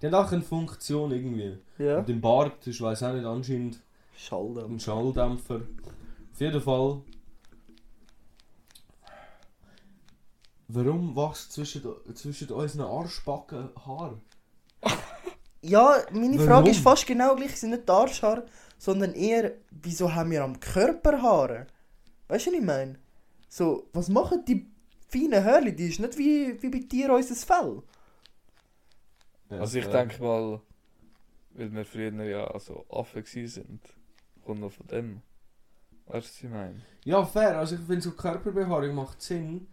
Die haben auch eine Funktion irgendwie. Ja. Und im Bart ist, weiß auch nicht, anscheinend Schalldämpfer. ein Schalldämpfer. Auf jeden Fall. Warum wächst zwischen, zwischen unseren Arschbacken Haar? Ja, meine Warum? Frage ist fast genau gleich. Es sind nicht die Arschhaare, sondern eher, wieso haben wir am Körper Haare? Weißt du, was ich meine? So, was machen die feinen Hörli? Die ist nicht wie, wie bei Tieren unser Fell. Ja, Also ich äh, denke mal, weil wir früher ja also Affen gewesen sind, kommt noch von dem. Weißt du, was ich meine? Ja, fair. Also ich finde so Körperbehaarung macht Sinn.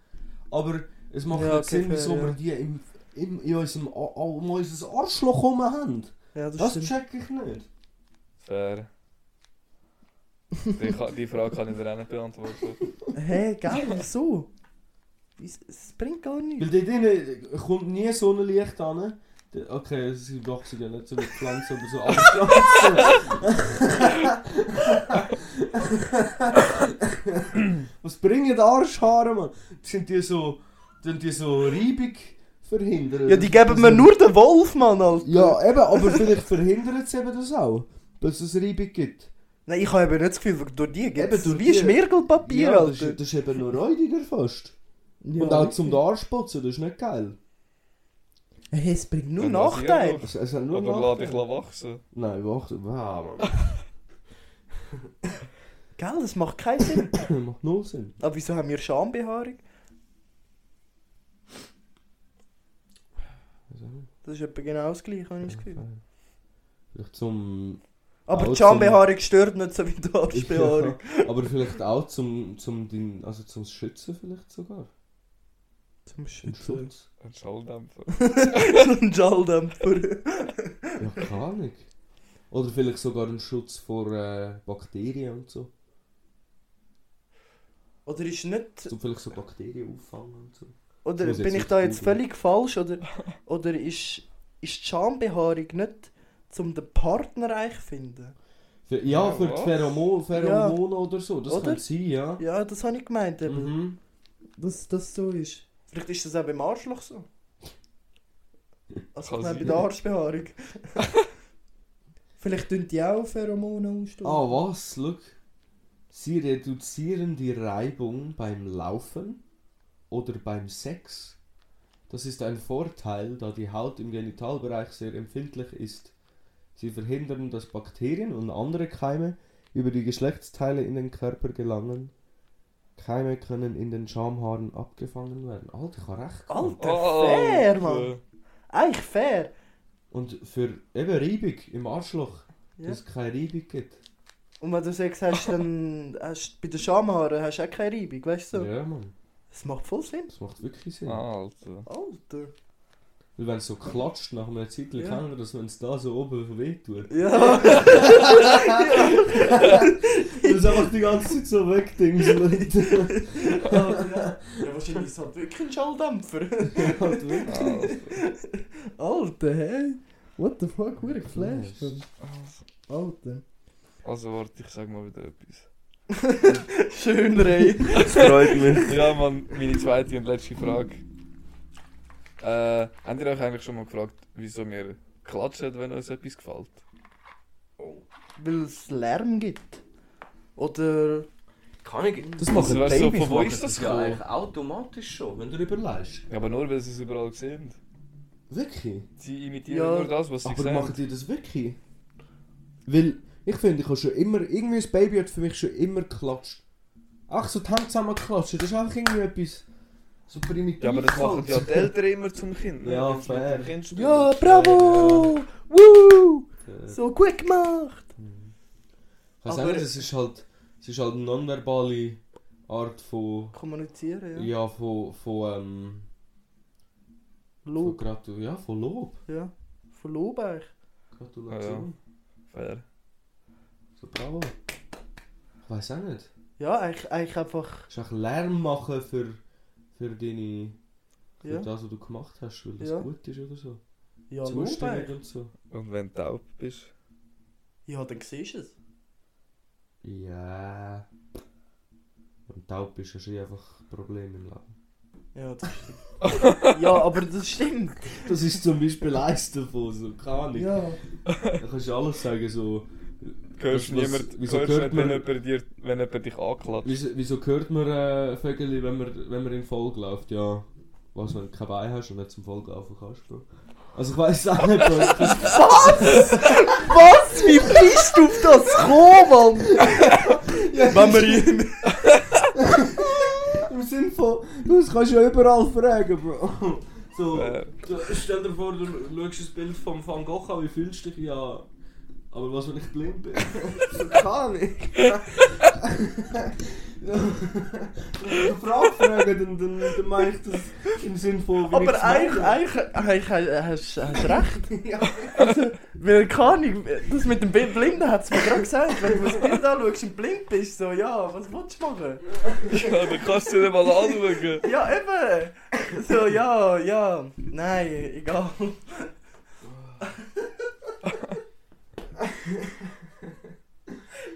Aber es macht Ja, nicht Sinn, okay, fair, wieso ja. wir die im, im, in unserem, A- A- um unser Arschloch herum haben. Ja, das, Das check ich nicht. Fair. die, ka- die Frage kann ich dir auch nicht beantworten. Hä, hey, geil, wieso? Wieso? Es bringt gar nichts. Weil dort drinnen kommt nie Sonnenlicht an. D- Okay, es sind doch sie gehen nicht so mit Pflanzen oder so, aber Pflanzen. Was bringen die Arschhaare, Mann? Sind die so, sind die so Reibung verhindern? Ja, die geben mir nur den Wolf, Mann, Alter. Ja, eben, aber vielleicht verhindert es eben das auch, dass es Reibung gibt. Nein, ich habe eben nicht das Gefühl, durch die gibt Eben, durch es wie die- Schmirgelpapier, ja, das, Alter. ist- das ist eben nur räudiger fast. Ja, Und auch zum Arschputzen, das ist nicht geil. Hey, es bringt nur Dann Nachteile. rasier Es, es hat doch. nur Oder Nachteile. lade dich wachsen. Nein, ah, warte, wow, Gell, das macht keinen Sinn. Mann. Macht null Sinn. Aber wieso haben wir Schambehaarung? Also, Das ist etwa genau das gleiche, habe ich das Gefühl. Vielleicht zum. Aber Auch die Schambehaarung stört nicht so wie die Arschbehaarung. Ja, aber vielleicht auch zum, zum, dein, also zum Schützen vielleicht sogar. Zum Zum Schützen. Schutz. Ein Schalldämpfer. Ein Schalldämpfer. Ja, keine Ahnung. Oder vielleicht sogar ein Schutz vor äh, Bakterien und so. Oder ist nicht. So vielleicht so Bakterien auffangen und so. Oder Muss jetzt bin ich nicht da jetzt googeln. völlig falsch? Oder, oder ist, ist die Schambehaarung nicht zum den Partner reich finden? Für, ja, Ja, für die was? Pheromo Pheromone oder so. Das Oder? kann sein, ja. Ja, das habe ich gemeint. eben. Mhm. Dass das so ist. Vielleicht ist das auch beim Arschloch so. Also Kann ich meine bei sein. der Arschbehaarung. Vielleicht tun die auch Pheromone ausstoßen. Ah, was? Look. Sie reduzieren die Reibung beim Laufen oder beim Sex. Das ist ein Vorteil, da die Haut im Genitalbereich sehr empfindlich ist. Sie verhindern, dass Bakterien und andere Keime über die Geschlechtsteile in den Körper gelangen. Keime können in den Schamhaaren abgefangen werden. Alter, ich habe recht. gehabt. Alter, fair, Mann. Eigentlich fair. Und für eben Reibung im Arschloch, Ja. dass es keine Reibung gibt. Und wenn du Sex hast, dann hast du bei den Schamhaaren hast du auch keine Reibung, weißt du? so? Ja, Mann. Das macht voll Sinn. Das macht wirklich Sinn. Alter. Alter. Weil wenn es so klatscht nach einer Zeit, ja. kann man das, wenn es da so oben wehtut. Ja. Das ist einfach die ganze Zeit so wegdingseln. Leute. ja, wahrscheinlich ist es halt wirklich ein Schalldämpfer. Halt weg. Alter. Alter, hä? What the fuck, wurde geflasht, man. Alter. Also warte, ich sag mal wieder etwas. Schön, Ray. Freut mich. Ja, Mann, meine zweite und letzte Frage. Äh, habt ihr euch eigentlich schon mal gefragt, wieso wir klatschen, wenn uns etwas gefällt? Weil es Lärm gibt. Oder. Kann ich. Das Also, weißt du, von wo machen ist das ja gekommen? eigentlich automatisch schon, wenn du überlegst. Ja, aber nur, weil sie es überall sehen. Wirklich? Sie imitieren Ja, nur das, was sie Aber sehen. machen die das wirklich? Weil, ich finde, ich habe schon immer, irgendwie das Baby hat für mich schon immer geklatscht. Ach, so die Hände zusammen klatschen, das ist einfach irgendwie etwas so primitiv. Ja, aber das machen halt. ja die Eltern immer zum Kind. ne? Ja, Wenn's mit fair. dem Kind spielen. Ja, bravo! Woo! So gut gemacht! Ich weiss auch Aber- nicht, es ist halt, es ist halt eine nonverbale Art von, Kommunizieren, ja, ja. von, von, ähm, von Lob. Gratu ja, von Lob. Ja. Von Lob eigentlich. Gratulation. Fair. So bravo. Ich weiss auch nicht. Ja, eigentlich, eigentlich einfach. Das ist auch Lärm machen für, für deine, für Ja, das, was du gemacht hast, weil das Ja. gut ist oder so. ja Lob Zustimmung eigentlich. und so. Und wenn du taub bist. Ja, dann siehst du es. Ja. Und taub ist ja eh einfach ein Problem im Leben. Ja, das stimmt. ja, aber das stimmt. Das ist zum Beispiel eins davon, so keine Ahnung. Ja. Da kannst du alles sagen, so. Hörst du was- niemand, wieso hörst hört nicht, wenn man- jemand, dir, wenn jemand dich anklatscht? Wieso, wieso hört man äh, Vögel, wenn man, wenn man in Folge läuft? Ja. Was, wenn du kein Bein hast und nicht zum Folge laufen kannst, Bro? Also ich weiß auch nicht, Bro. Das- Was? Wie bist du auf das gekommen, Mann? Wenn wir Im Sinne von, du das kannst ja überall fragen, Bro. So, Äh. so, stell dir vor, du schaust ein Bild von Van Gogh an, wie fühlst du dich? Ja, aber was, wenn ich blind bin? so, kann ich. Wenn Frage fragen, dann, dann, dann meine ich das im Sinne von, wie ich's Aber meine. eigentlich, eigentlich, eigentlich hast hast recht. Ja. Also, weil keine Ahnung, das mit dem Bi- Blinden hat es mir gerade gesagt. Wenn du das Bild anschaust und blind bist, so, ja, was willst du machen? Aber kannst du dir mal anschauen. Ja, eben! So, ja, ja. Nein, egal.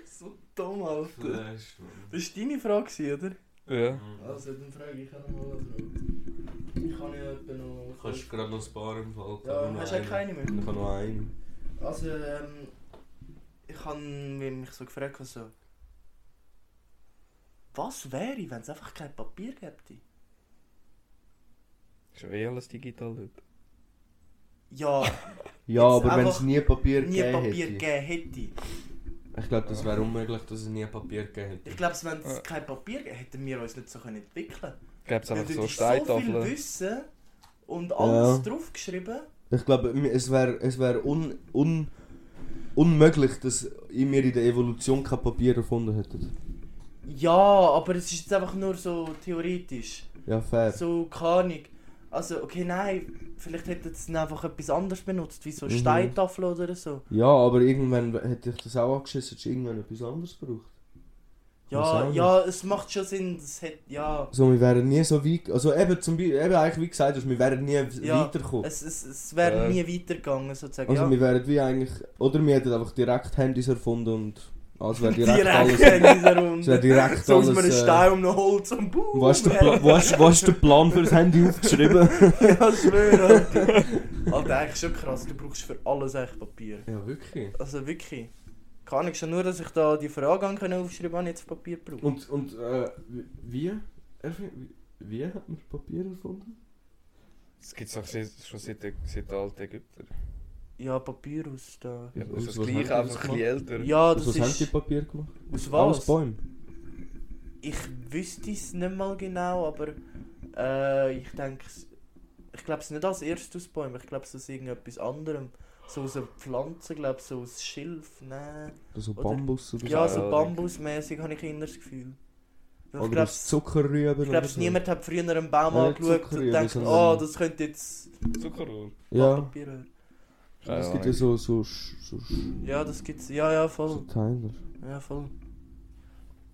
so dumm, Alter. Das war deine Frage, gewesen, oder? Ja. Mhm. Also, dann frage ich auch nochmal also, eine Frage. Ich kann ja etwa noch... Kannst gerade noch ein paar im Fall. Ja, hast du ja keine mehr? Ich habe noch einen. Also, ähm... Ich habe mich so gefragt, also... Was wäre, wenn es einfach kein Papier gäbe? Ist ja eh alles digital heute. Ja, Ja, Jetzt aber wenn es einfach nie Papier nie gegeben Papier hätte. gegeben hätte. Ich glaube, das wäre unmöglich, dass es nie Papier gegeben hätte. Ich glaube, wenn es Ja. kein Papier gäbe, hätten wir uns nicht so können entwickeln Gäbe es Weil dort einfach so ist so viel Steintafeln. Wissen und alles Ja. draufgeschrieben. Ich glaube, es wäre es wär un, un, unmöglich, dass wir in der Evolution kein Papier erfunden hätten. Ja, aber es ist jetzt einfach nur so theoretisch. Ja, fair. So, keine Ahnung. Also, okay, nein, vielleicht hätten sie dann einfach etwas anderes benutzt, wie so Mhm. Steintafel oder so. Ja, aber irgendwann hätte ich das auch angeschissen, dass irgendwann etwas anderes braucht. Weiß auch Ja, nicht. ja, es macht schon Sinn, es hätte, ja. Also wir wären nie so weit... Also eben, zum Beispiel, eben eigentlich wie gesagt, hast, wir wären nie Ja, weitergekommen. Es, es, es wäre Ja. nie weitergegangen, sozusagen. Oh. Äh. Also ja. wir wären wie eigentlich... Oder wir hätten einfach direkt Handys erfunden und... Also wäre direkt, Direkt alles... in dieser Es wäre Runde. direkt So aus alles... einem äh, Stein um einen Holz und boom! Wo hast du den Pla- wo hast- wo hast du den Plan für das Handy aufgeschrieben? Ja, schwöre, Alter. Alter, eigentlich schon krass, du brauchst für alles eigentlich Papier. Ja, wirklich. Also wirklich. Kann ich schon nur, dass ich da die Frage an können aufschreiben habe, ich jetzt Papier brauche. Und, und äh, wie, wie, wie hat man Papier erfunden? Das gibt es auch se- schon seit, der- seit den alten Ägypter. Ja, Papier aus da. Ja, Und das Also, was ist das haben die gleiche, das einfach ein bisschen älter. Ja, Also das was haben die ist. Papier gemacht? Aus Alles was? Bäume. Ich wüsste es nicht mal genau, aber äh, ich denke, es- ich glaube es nicht als erstes aus Bäumen, ich glaube es aus irgendetwas anderem. So aus einer Pflanze, glaube ich, so aus Schilf, nein. Also Oder- Bambus oder Ja, so, so ja, bambusmäßig habe ich eher das Gefühl. Weil so. Ich Oder glaube, aus Zuckerrüben Ich glaube, oder so. niemand hat früher einen Baum Ja, angeschaut Zuckerrüben, und denkt, sondern- oh, das könnte jetzt Zuckerrohr. Ja, Papier werden. Keine es gibt ja Ahnung. so, so, Sch- so, Sch- Ja, das gibt's. Ja, ja, so voll. Teile. Ja, voll.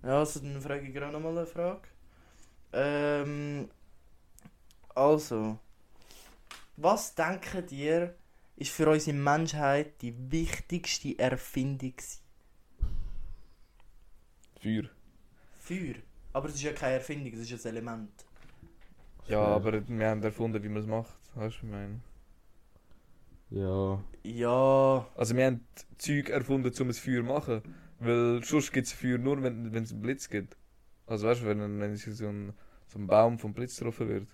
Ja, also dann frage ich gerade nochmal eine Frage. Ähm. Also. Was denkt ihr, ist für unsere Menschheit die wichtigste Erfindung? gewesen? Feuer. Feuer. Aber es ist ja keine Erfindung, es ist ein Element. Ja, aber wir haben erfunden, wie man es macht. Weißt du, was ich meine? Ja. Ja. Also wir haben Zeug erfunden, um ein Feuer zu machen. Weil sonst gibt es Feuer nur, wenn wenn es einen Blitz gibt. Also weißt du, wenn, wenn sich so ein, so ein Baum vom Blitz getroffen wird.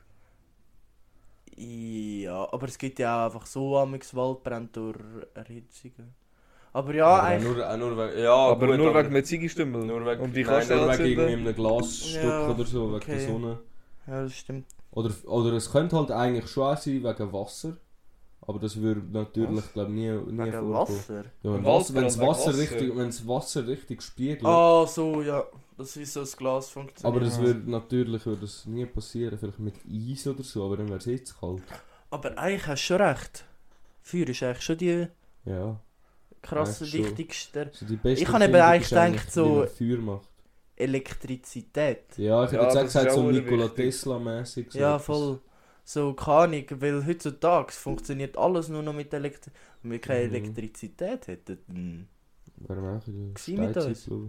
Ja, aber es gibt ja auch einfach so amix Waldbrand durch Erhitzungen. Aber ja, aber auch eigentlich. äh, nur, auch nur wegen, ja, Ah, aber gut, nur wegen einem Ziegestümmel. nur wegen, Und Um die nein, kannst du nur wegen anzünden. irgendwie einem Glasstück Ja, oder so, wegen der okay. Sonne. Ja, das stimmt. Oder, oder es könnte halt eigentlich schon auch sein wegen Wasser. Aber das würde natürlich glaub, nie, nie Wegen vorkommen. Wasser. Ja, wenn Wegen Wasser, wenn das Wasser, Wasser, wegen richtig, Wasser. wenn das Wasser richtig spiegelt. Ah, so, ja. Das ist so das Glas funktioniert. aber das Ja. würde natürlich würde das nie passieren. Vielleicht mit Eis oder so, aber dann wäre es jetzt kalt. Aber eigentlich hast du schon recht. Feuer ist eigentlich schon die Ja. krasse, Eigentlich schon. wichtigste Also die beste Ich habe eben Erfindung eigentlich ist gedacht, so- wie man Feuer macht. Elektrizität. Ja, ich Ja, hätte jetzt auch das ist gesagt, auch so Nikola wichtig. Tesla-mäßig. So ja, etwas. voll. So, keine Ahnung, weil heutzutage funktioniert alles nur noch mit Elektrizität. Wenn wir keine Mhm. Elektrizität hätten, dann Wäre man auch in der Gewesen mit Steinzeit, uns. glaube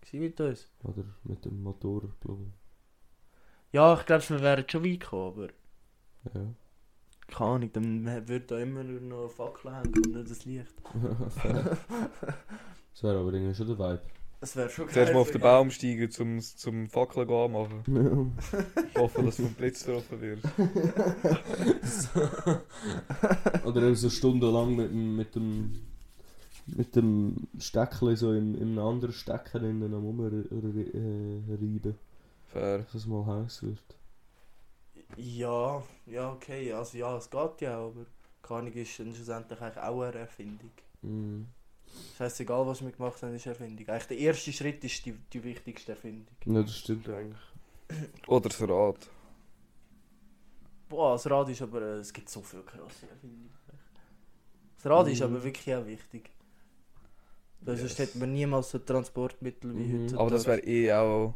gewesen mit uns. ich. Oder mit dem Motor, glaube Ja, ich glaube, wir wären schon weit gekommen, aber ich. Ja. keine Ahnung, dann würde da immer noch eine Fackel hängen und nicht das Licht. das wäre aber irgendwie schon der Vibe. Das wäre schon geil. Zuerst mal auf den Baum steigen, zum, zum Fackeln gehen machen. Hoffen, dass du vom Blitz getroffen wirst. Oder eben so stundenlang mit, dem- mit dem mit dem Steckchen so in, in einem anderen Stecker drin am äh, rumreiben, Fair. dass es mal heiß wird. Ja, ja, okay, also ja, es geht ja, aber keine Ahnung ist dann schlussendlich eigentlich auch eine Erfindung. Mm. Das heisst, egal was wir gemacht haben, ist Erfindung. Eigentlich der erste Schritt ist die, die wichtigste Erfindung. Ja, das stimmt eigentlich. Oder das Rad. Boah, das Rad ist aber, äh, es gibt so viele krasse Erfindungen. Das Rad ist Mhm. aber wirklich auch wichtig. Weil sonst Yes. hätten wir niemals so Transportmittel wie Mhm. heute. Aber das wäre eh auch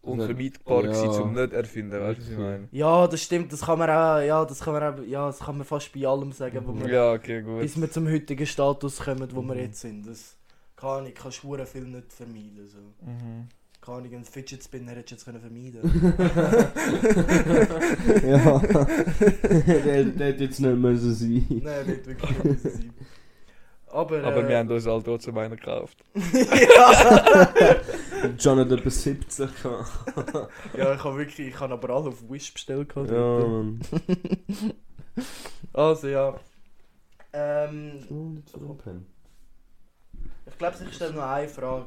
unvermeidbar Ja. gewesen, zum nicht erfinden, weißt du, was ich meine? Ja, das stimmt, das kann man auch, ja, das kann man auch, ja, das kann man fast bei allem sagen, wo wir, Ja, okay, bis gut. wir zum heutigen Status kommen, wo wir Mhm. jetzt sind. Das kann ich, kannst du viel nicht vermeiden, so. Mhm. Keine Ahnung, einen Fidget Spinner hättest du jetzt vermeiden ja. der, der hätte jetzt nicht müssen sein. Nein, nicht wirklich. muss es sein. Aber, Aber äh, wir haben uns halt trotzdem einen gekauft. John hat etwa 17 gehabt. ja, ich habe wirklich, ich habe aber alle auf Wish bestellt. gehabt. Ja, Mann. Also ja. Ähm, Nein, ich glaube, ich stelle noch eine Frage.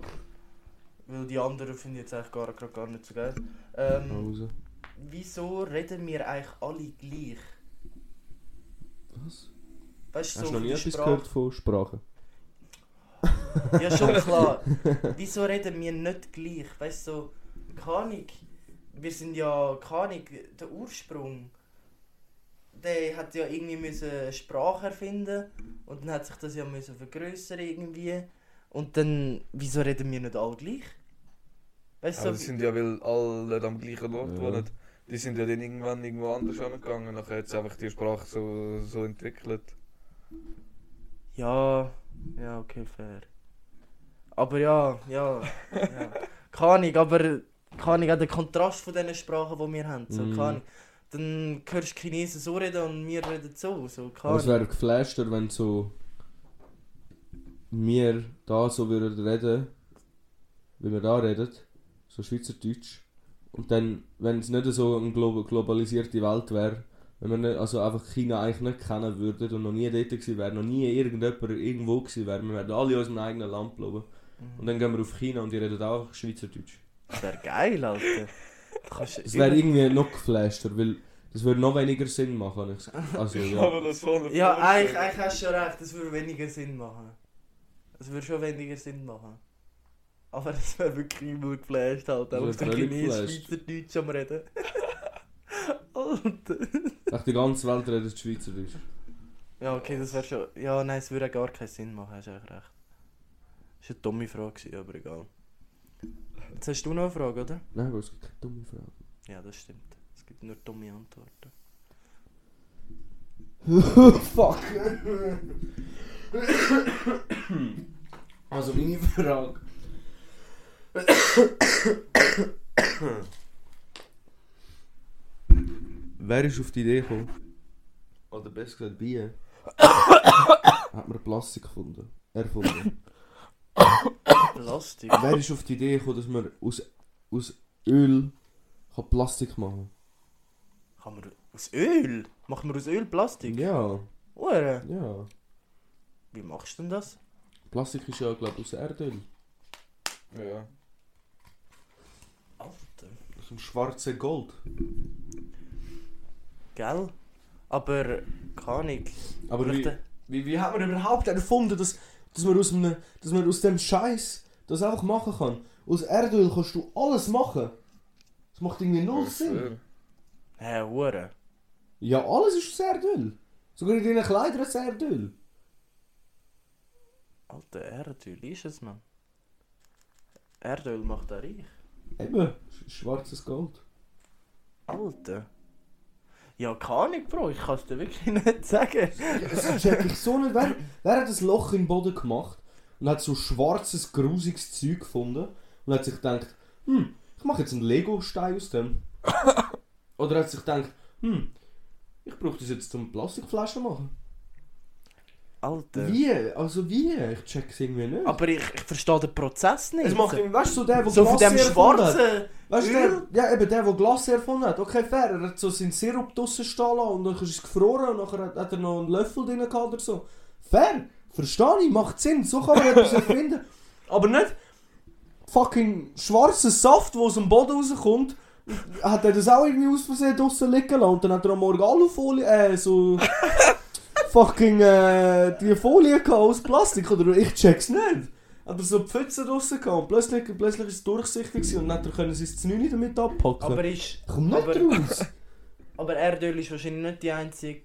Weil die anderen finde ich jetzt eigentlich gar, grad gar nicht so geil. Oh. Ähm, wieso reden wir eigentlich alle gleich? Was? Weißt Hast du so noch nie die etwas Sprache- gehört von Sprachen? Ja, schon klar. Wieso reden wir nicht gleich? Weißt du, so, keine Ahnung. Wir sind ja, keine Ahnung, der Ursprung. Der hat ja irgendwie müssen eine Sprache erfinden und dann hat sich das ja müssen vergrößern irgendwie. Und dann, wieso reden wir nicht alle gleich? Weißt Aber du, das so, Also, sind ja, weil alle nicht am gleichen Ort Ja. wohnen. Die sind ja dann irgendwann irgendwo anders angegangen. Nachher hat sich einfach die Sprache so, so entwickelt. ja, ja, okay, fair. Aber ja, ja, ja. Keine Ahnung, aber keine Ahnung, auch der Kontrast von diesen Sprachen, die wir haben, so, Mhm. keine Ahnung. Dann hörst du Chinesen so reden und wir reden so, so, keine Aber es Ahnung. wäre geflashter, wenn so wir da so würden reden, wie wir da reden, so Schweizerdeutsch. Und dann, wenn es nicht so eine glo globalisierte Welt wäre, wenn wir nicht, also einfach China eigentlich nicht kennen würden und noch nie dort gewesen wären, noch nie irgendjemand irgendwo gewesen wäre, wir wären alle in unserem eigenen Land bleiben. Und dann gehen wir auf China und die reden auch einfach Schweizerdeutsch. Das wäre geil, Alter. Du kannst Das wäre irgendwie noch geflashter, weil das würde noch weniger Sinn machen. habe ich das Gefühl. Also, ja. das vorne ja, eigentlich, eigentlich hast du schon recht, das würde weniger Sinn machen. Das würde schon weniger Sinn machen. Aber das wäre wirklich immer geflasht, halt. Das Auch wär auf der völlig Chinesen, geflasht. Schweizerdeutsch am Reden. Echt die ganze Welt redet Schweizerdeutsch. Ja, okay, das wäre schon. Ja, nein, es würde auch gar keinen Sinn machen, hast eigentlich recht. Das war eine dumme Frage, gewesen, aber egal. Jetzt hast du noch eine Frage, oder? Nein, aber es gibt keine dumme Frage. Ja, das stimmt. Es gibt nur dumme Antworten. Fuck. also meine Frage. Wer ist auf die Idee gekommen? Oder besser gesagt, Weil Bier. hat man Plastik gefunden. Erfunden. Plastik. Wer ist auf die Idee gekommen, dass man aus, aus Öl kann Plastik machen Kann man aus Öl? Macht man aus Öl Plastik? Ja, Ure. ja. Wie machst du denn das? Plastik ist ja, glaube ich, aus Erdöl. Ja. Alter. Aus dem schwarzen Gold. Gell? Aber, keine Ahnung. Aber wie, Vielleicht- wie, wie hat man überhaupt erfunden, dass, dass, man aus einem, dass man aus dem Scheiß das einfach machen kann? Aus Erdöl kannst du alles machen. Das macht irgendwie null Sinn. Hä, Hure. Ja, alles ist aus Erdöl. Sogar in deinen Kleidern ist Erdöl. Alter, Erdöl ist es, man. Erdöl macht er reich. Eben, sch- schwarzes Gold. Alter. Ja, keine Ahnung, Bro. Ich kann es dir wirklich nicht sagen. Das check ich so nicht. Wer, wer hat ein Loch im Boden gemacht und hat so schwarzes, grusiges Zeug gefunden und hat sich gedacht, hm, ich mache jetzt einen Lego-Stein aus dem. Oder hat sich gedacht, hm, ich brauche das jetzt zum Plastikflaschen machen. Alter. Wie? Also wie? Ich check's irgendwie nicht. Äh. Aber ich, ich verstehe den Prozess nicht. es macht irgendwie, weißt du, so der, der so von dem Glacier erfunden hat. schwarzen. Weißt du, Öl? der, ja, eben der, der Glas erfunden hat. Okay, fair, er hat so seinen Sirup draussen stehen lassen und dann ist es gefroren und nachher hat, hat er noch einen Löffel drin gehabt oder so. Fair, verstehe ich, macht Sinn, so kann man etwas erfinden. Aber nicht fucking schwarzen Saft, der aus dem Boden rauskommt, hat er das auch irgendwie aus Versehen draussen liegen lassen und dann hat er am Morgen Alufolie, äh, so... fucking, äh, die Folie gehabt aus Plastik oder ich check's nicht. Hat er so die Pfütze draussen gehabt und plötzlich, plötzlich ist es durchsichtig gewesen und dann hat er können sein Znüni damit abpacken. Aber ist. Komm nicht aber- raus! Aber Erdöl ist wahrscheinlich nicht die einzige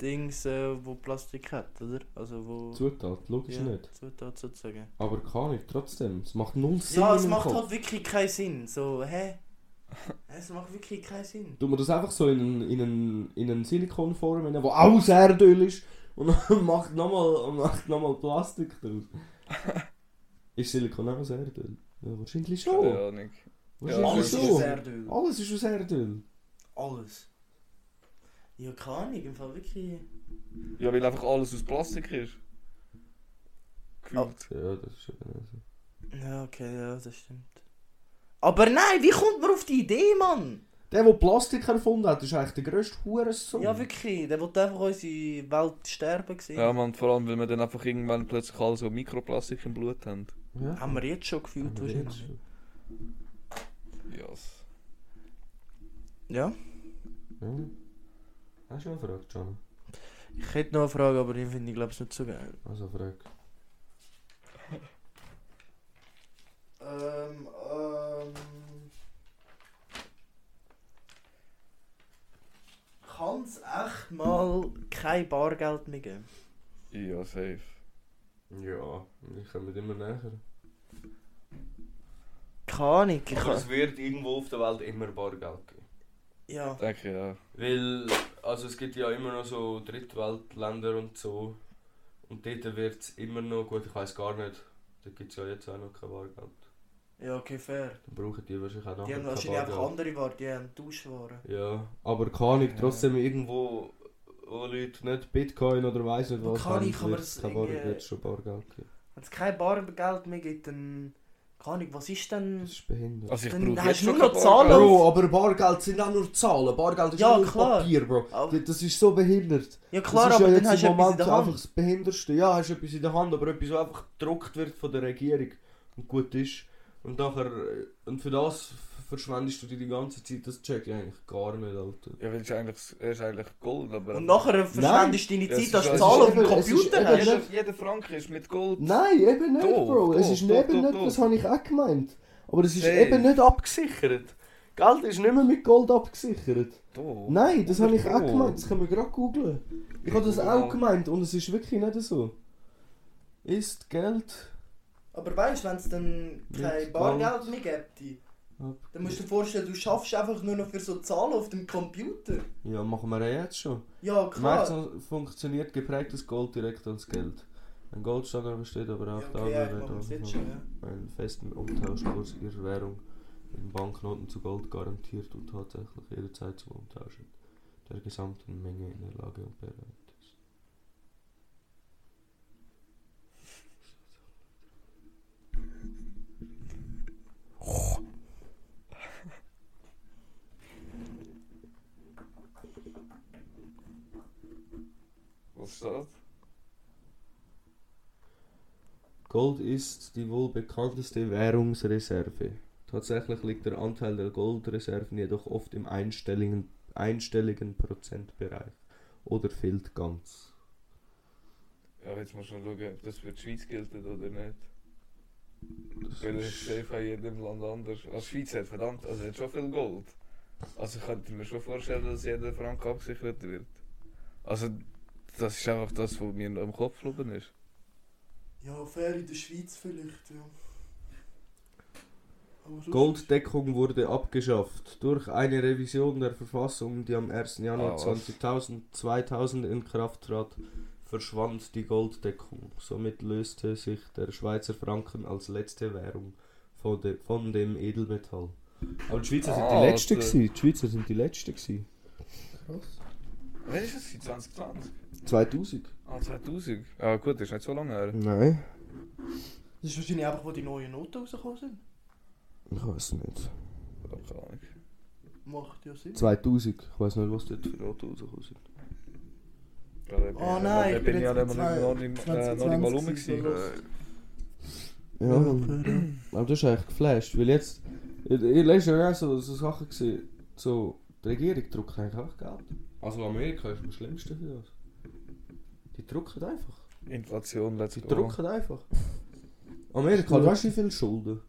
Dings, äh, wo Plastik hat, oder? Also wo. Zutat, logisch ja, nicht. Zutat sozusagen. Aber kann ich trotzdem. Es macht null Sinn. Ja, in es meinem macht Kopf. halt wirklich keinen Sinn. So, hä? es macht wirklich keinen Sinn. Tun wir das dus einfach so in einen, in einen, in einen Silikonform, rein, wo auch aus Erdöl ist und dann macht nochmal macht nochmal Plastik draus. ist Silikon auch aus Erdöl? Ja, wahrscheinlich schon. Keine Ahnung. Wahrscheinlich alles ist schon. aus Erdöl. Alles ist aus Erdöl. Alles. Ja, keine Ahnung, im Fall wirklich. Ja, weil einfach alles aus Plastik ist. Gefühlt. Ja, das ist schon so. Ja, okay, ja, das stimmt. Aber nein, wie kommt man auf die Idee, Mann? Der, der Plastik erfunden hat, ist eigentlich der grösste Hurensohn. Ja, wirklich, der wollte einfach unsere Welt sterben sehen. Ja, man, vor allem, weil wir dann einfach irgendwann plötzlich alle so Mikroplastik im Blut haben. Ja. Haben wir jetzt schon gefühlt, Aber jetzt wahrscheinlich. schon. Yes. Ja. Ja. Hast du eine Frage, John? Ich hätte noch eine Frage, aber die finde ich, glaube ich, nicht so geil. Also Frage. Ähm, ähm. Kann es echt mal kein Bargeld mehr geben? Ja, safe. Ja, ich komme immer näher. Keine Ahnung. Ich Aber kann... es wird irgendwo auf der Welt immer Bargeld geben. Ja. Denke ich auch. Weil, also es gibt ja immer noch so Drittweltländer und so. Und dort wird es immer noch, gut, ich weiß gar nicht, da gibt es ja jetzt auch noch kein Bargeld. Ja, okay, fair. Dann brauchen die wahrscheinlich auch noch Die haben wahrscheinlich einfach andere Waren, die haben Tauschwaren. Ja, Aber kann ich trotzdem irgendwo irgendwo, wo Leute nicht Bitcoin oder weiß nicht Aber was kann haben, ich, kann man wird's das kein Bar- irgendwie- wird's schon Bargeld geben. Wenn es kein Bargeld mehr gibt, dann. Keine Ahnung, was ist denn. Das ist behindert. Also ich Dann brauche hast jetzt du schon nur noch kein Zahlen. Bargeld. Bro, aber Bargeld sind auch nur Zahlen. Bargeld ist Ja, auch nur klar. Papier, Bro. Aber- D- Das ist so behindert. Ah, Ja, klar, das ist aber ja dann jetzt hast du im etwas in Moment der einfach Hand. das Behinderste. Ja, hast etwas in der Hand, aber etwas, was einfach gedruckt wird von der Regierung und gut ist. Und nachher, äh, und für das f- verschwendest du dir die ganze Zeit. Das check ich eigentlich gar nicht, Alter. Ja, weil es ist eigentlich, es ist eigentlich Gold, aber... Und nachher verschwendest du deine Ja, es Zeit, dass ist- du Zahlen es ist auf dem eben- es ist Computer eben- hast. jeder, jeder Franken ist mit Gold. Nein, eben nicht, Doch, Bro. es doch, ist doch, eben doch, nicht, doch. das habe ich auch gemeint. Aber es ist Safe. eben nicht abgesichert. Geld ist nicht mehr mit Gold abgesichert. Doch. Nein, das habe ich auch Doch. gemeint. Das können wir gerade googeln. Ich habe das auch gemeint und es ist wirklich nicht so. Ist Geld. Aber weißt du, wenn es dann Mit kein Bank. Bargeld mehr gäbe, Dann musst du dir vorstellen, du schaffst einfach nur noch für so Zahlen auf dem Computer. Ja, machen wir ja jetzt schon. Ja, Merkst klar. du, funktioniert geprägtes Gold direkt als Geld. Ein Goldstandard besteht aber Ja, auch okay, ja, ich darüber, mach das jetzt dass schon, ja. einen festen Umtauschkurs ihrer Währung in Banknoten zu Gold garantiert und tatsächlich jederzeit zum Umtauschen der gesamten Menge in der Lage und bereit ist. Was ist das? Gold ist die wohl bekannteste Währungsreserve. Tatsächlich liegt der Anteil der Goldreserven jedoch oft im einstelligen, einstelligen Prozentbereich oder fehlt ganz. Ja, jetzt muss man schauen, ob das für die Schweiz gilt oder nicht. Das Weil ist- es ist safe in jedem Land anders. Also die Schweiz hat verdammt, also hat schon viel Gold. Also könnte ich mir schon vorstellen, dass jeder Frank abgesichert wird. Also das ist einfach das, was mir im Kopf geblieben ist. Ja, fair in der Schweiz vielleicht, ja. Aber sonst- Golddeckung wurde abgeschafft. Durch eine Revision der Verfassung, die am 1. Januar Ah, was? 2000, 2000 in Kraft trat, verschwand die Golddeckung. Somit löste sich der Schweizer Franken als letzte Währung von, de, von dem Edelmetall. Aber die Schweizer Ah, Alter. gewesen. Die Schweizer sind die Letzten gewesen. Wann ist das? 2020? 2000? Ah, 2000. Ah gut, das ist nicht so lange her. Nein, Das ist wahrscheinlich einfach, wo die neuen Noten rausgekommen sind. ich weiß nicht. Ah, keine Ahnung. Macht ja Sinn. 2000, ich weiß nicht, was dort für Noten rausgekommen sind. Ja, da bin Oh ich- nein, da ich bin bin ich ja jetzt noch mit nicht, zwei- noch nicht, äh, noch nicht mal 2020 rum. gewesen, gewesen. oder? Ja, aber das ist eigentlich geflasht, weil jetzt, ihr ihr lest ja auch so, so Sachen gesehen, so, die Regierung druckt eigentlich einfach Geld. Also Amerika ist am schlimmsten für das. Die drucken einfach. Inflation, let's Die go. drucken einfach. Amerika hat weißt du wie viele Schulden?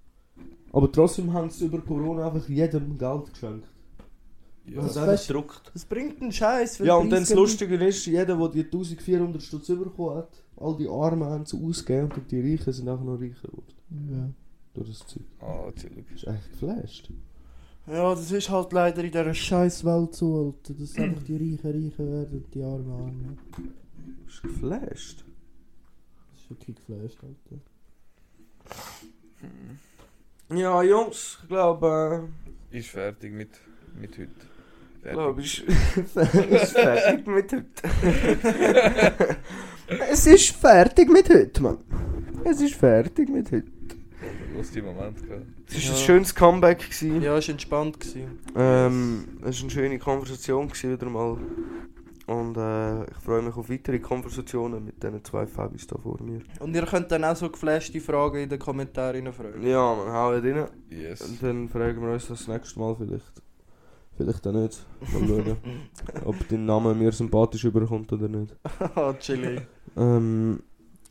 Aber trotzdem haben sie über Corona einfach jedem Geld geschenkt. Ja. Also Das einfach ist- druckt. Das bringt einen Scheiß. Ja, und dann das Lustige ist, jeder, der die 1400 Stutz bekommen hat, all die Armen haben sie ausgegeben und die Reichen sind auch noch reicher geworden. Ja. Durch das Zeug. Ah, chillig. Das ist eigentlich geflasht. ja, das ist halt leider in dieser scheiß Welt so, Alter. Dass einfach die Reichen reichen werden und die Armen armen. Bist du geflasht? Das ist wirklich geflasht, Alter. Ja, Jungs, ich eh, glaube, Ist fertig mit, mit heute. Ich Fertig. glaube, ich ist fertig mit heute. es ist fertig mit heute, Mann. Es ist fertig mit heute. Los die Moment gell. es ist Ja. ein schönes Comeback gewesen. Ja, ist entspannt gewesen. Ähm, es war eine schöne Konversation gewesen, wieder mal. Und äh, ich freue mich auf weitere Konversationen mit diesen zwei Fabis da vor mir. Und ihr könnt dann auch so geflashte Fragen in den Kommentaren fragen. Ja, man, hau rein. Yes. Und dann fragen wir uns das Das nächste Mal vielleicht. Vielleicht auch nicht. Mal schauen, ob dein Name mir sympathisch überkommt oder nicht. Haha, chillig. Ähm,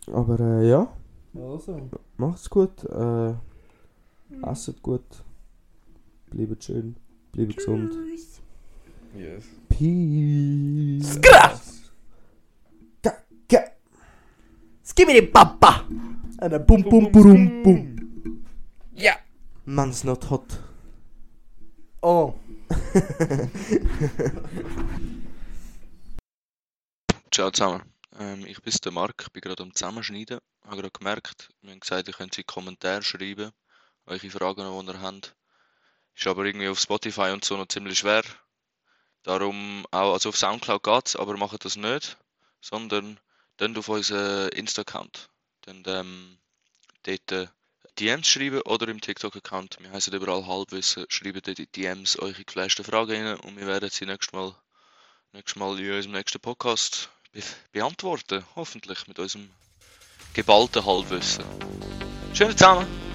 aber äh, ja, Also. macht's gut. Äh, esset gut. Bleibt schön. Bleibt gesund. Yes. Peace. Skimmi den Papa! Äh, Und dann bum bum bum bum. Man's not hot. Oh. Ciao zusammen. Ähm, ich bin der Marc, bin gerade am Zusammenschneiden. Habe gerade gemerkt, wir haben gesagt, ihr könnt sie in die Kommentare schreiben, welche Fragen noch, die ihr habt. Ist aber irgendwie auf Spotify und so noch ziemlich schwer. Darum auch, also auf Soundcloud geht's, aber macht das nicht, sondern dann auf unseren Insta-Account. Dann ähm, dort äh, DMs schreiben oder im TikTok-Account. Wir heißen überall Halbwissen. Schreibt dort in die DMs eure geflashten Fragen rein und wir werden sie nächstes Mal nächstes Mal in unserem nächsten Podcast be beantworten. Hoffentlich mit unserem geballten Halbwissen. Schönen zusammen!